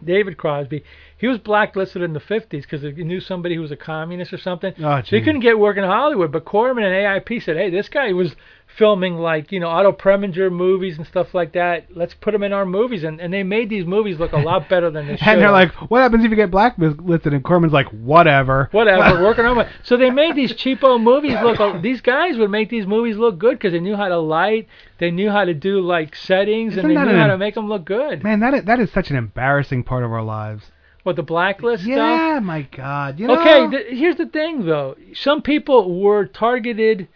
[SPEAKER 2] David Crosby. He was blacklisted in the 50s because he knew somebody who was a communist or something.
[SPEAKER 1] Oh,
[SPEAKER 2] So he
[SPEAKER 1] geez.
[SPEAKER 2] couldn't get work in Hollywood, but Corman and AIP said, "Hey, this guy was filming like you know Otto Preminger movies and stuff like that. Let's put him in our movies." And and they made these movies look a lot better than they should.
[SPEAKER 1] and they're
[SPEAKER 2] have.
[SPEAKER 1] like, what happens if you get blacklisted? And Corman's like, whatever.
[SPEAKER 2] "Whatever, working on it." So they made these cheapo movies look. uh, These guys would make these movies look good because they knew how to light, they knew how to do like settings,
[SPEAKER 1] Isn't
[SPEAKER 2] and they
[SPEAKER 1] that
[SPEAKER 2] knew
[SPEAKER 1] an-
[SPEAKER 2] how to make them look good.
[SPEAKER 1] Man, that is, that is such an embarrassing part of our lives.
[SPEAKER 2] What the blacklist stuff?
[SPEAKER 1] Yeah, my God. You know?
[SPEAKER 2] Okay, th- here's the thing though. Some people were targeted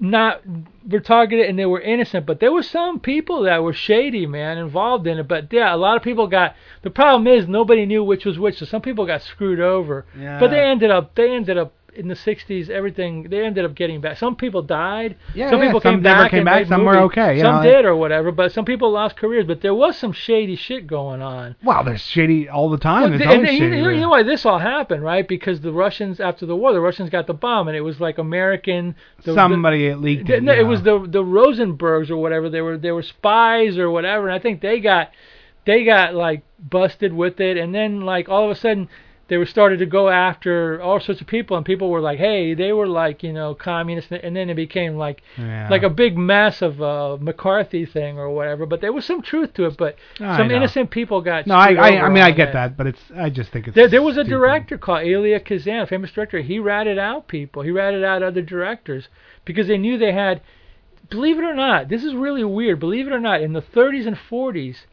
[SPEAKER 2] not were targeted and they were innocent, but there were some people that were shady, man, involved in it. But yeah, a lot of people got the problem is nobody knew which was which, so some people got screwed over.
[SPEAKER 1] Yeah.
[SPEAKER 2] But they ended up they ended up in the 60s, everything they ended up getting back. Some people died.
[SPEAKER 1] Yeah,
[SPEAKER 2] some
[SPEAKER 1] yeah,
[SPEAKER 2] people
[SPEAKER 1] some
[SPEAKER 2] came
[SPEAKER 1] never
[SPEAKER 2] back.
[SPEAKER 1] came
[SPEAKER 2] and
[SPEAKER 1] back,
[SPEAKER 2] made
[SPEAKER 1] some were
[SPEAKER 2] movies.
[SPEAKER 1] okay, you
[SPEAKER 2] Some
[SPEAKER 1] know,
[SPEAKER 2] did or whatever, but some people lost careers. But there was some shady shit going on.
[SPEAKER 1] Wow, they're shady all the time.
[SPEAKER 2] Well,
[SPEAKER 1] It's
[SPEAKER 2] th-
[SPEAKER 1] always
[SPEAKER 2] and you-
[SPEAKER 1] shady.
[SPEAKER 2] you,
[SPEAKER 1] man.
[SPEAKER 2] you know why this all happened, right? Because the Russians after the war, the Russians got the bomb, and it was like American. The,
[SPEAKER 1] Somebody leaked
[SPEAKER 2] the,
[SPEAKER 1] it.
[SPEAKER 2] no,
[SPEAKER 1] yeah.
[SPEAKER 2] it was the the Rosenbergs or whatever. They were they were spies or whatever, and I think they got they got like busted with it, and then like all of a sudden they were started to go after all sorts of people, and people were like, hey, they were like you know communists, and then it became like
[SPEAKER 1] Yeah.
[SPEAKER 2] like a big mess of uh, McCarthy thing or whatever. But there was some truth to it, but
[SPEAKER 1] I
[SPEAKER 2] some
[SPEAKER 1] know.
[SPEAKER 2] innocent people got.
[SPEAKER 1] No, I,
[SPEAKER 2] screwed
[SPEAKER 1] I,
[SPEAKER 2] over
[SPEAKER 1] I mean, I
[SPEAKER 2] on
[SPEAKER 1] get that, but it's. I just think it's.
[SPEAKER 2] there, there was a
[SPEAKER 1] stupid.
[SPEAKER 2] director called Elia Kazan, a famous director. He ratted out people. He ratted out other directors because they knew they had. Believe it or not, this is really weird. Believe it or not, in the 30s and 40s,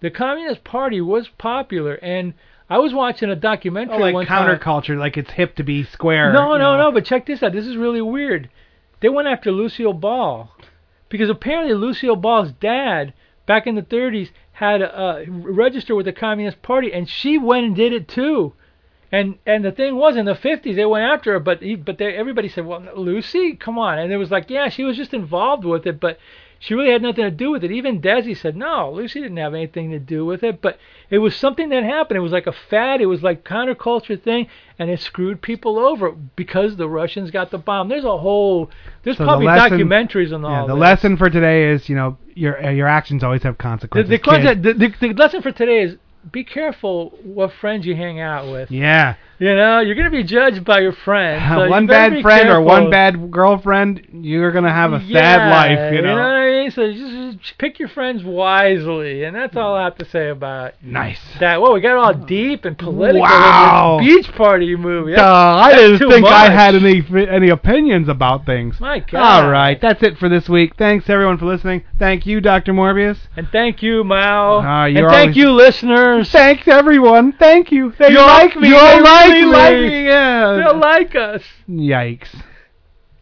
[SPEAKER 2] the Communist Party was popular, and I was watching a documentary
[SPEAKER 1] Oh, like
[SPEAKER 2] one time.
[SPEAKER 1] counterculture, like it's hip to be square.
[SPEAKER 2] No,
[SPEAKER 1] you
[SPEAKER 2] no,
[SPEAKER 1] know.
[SPEAKER 2] no. But check this out. This is really weird. They went after Lucille Ball because apparently Lucille Ball's dad back in the 30s had uh, registered with the Communist Party, and she went and did it too. And and the thing was, in the 50s they went after her, but he, but they, everybody said, well, Lucy, come on. And it was like, yeah, she was just involved with it, but. She really had nothing to do with it. Even Desi said, no, Lucy didn't have anything to do with it. But it was something that happened. It was like a fad. It was like counterculture thing, and it screwed people over because the Russians got the bomb. There's a whole there's
[SPEAKER 1] So the
[SPEAKER 2] probably
[SPEAKER 1] lesson-
[SPEAKER 2] documentaries on all
[SPEAKER 1] Yeah, the
[SPEAKER 2] this.
[SPEAKER 1] lesson for today is, you know, your uh, your actions always have
[SPEAKER 2] The,
[SPEAKER 1] consequences.
[SPEAKER 2] the,
[SPEAKER 1] kid.
[SPEAKER 2] concept- the, the, the lesson for today is be careful what friends you hang out with.
[SPEAKER 1] Yeah.
[SPEAKER 2] You know, you're going to be judged by your friends. so you
[SPEAKER 1] one
[SPEAKER 2] better
[SPEAKER 1] bad
[SPEAKER 2] be
[SPEAKER 1] friend or one
[SPEAKER 2] careful.
[SPEAKER 1] bad girlfriend, you're gonna have a
[SPEAKER 2] Yeah,
[SPEAKER 1] sad life. You know.
[SPEAKER 2] what I mean? So just, just pick your friends wisely, and that's all I have to say about
[SPEAKER 1] Nice.
[SPEAKER 2] that. Well, we got all deep and political
[SPEAKER 1] Wow.
[SPEAKER 2] in this beach party movie. That's,
[SPEAKER 1] Duh, I
[SPEAKER 2] that's
[SPEAKER 1] didn't
[SPEAKER 2] too
[SPEAKER 1] think I
[SPEAKER 2] much.
[SPEAKER 1] had any any opinions about things.
[SPEAKER 2] My God.
[SPEAKER 1] All right, that's it for this week. Thanks everyone for listening. Thank you, Dr. Morbius.
[SPEAKER 2] And thank you, Mal.
[SPEAKER 1] Ah,
[SPEAKER 2] and
[SPEAKER 1] you're
[SPEAKER 2] thank
[SPEAKER 1] always-
[SPEAKER 2] you, listeners.
[SPEAKER 1] Thanks everyone. Thank you. They
[SPEAKER 2] You
[SPEAKER 1] like
[SPEAKER 2] like me.
[SPEAKER 1] You
[SPEAKER 2] They
[SPEAKER 1] like
[SPEAKER 2] really
[SPEAKER 1] me.
[SPEAKER 2] like me.
[SPEAKER 1] Yeah.
[SPEAKER 2] They like us.
[SPEAKER 1] Yikes.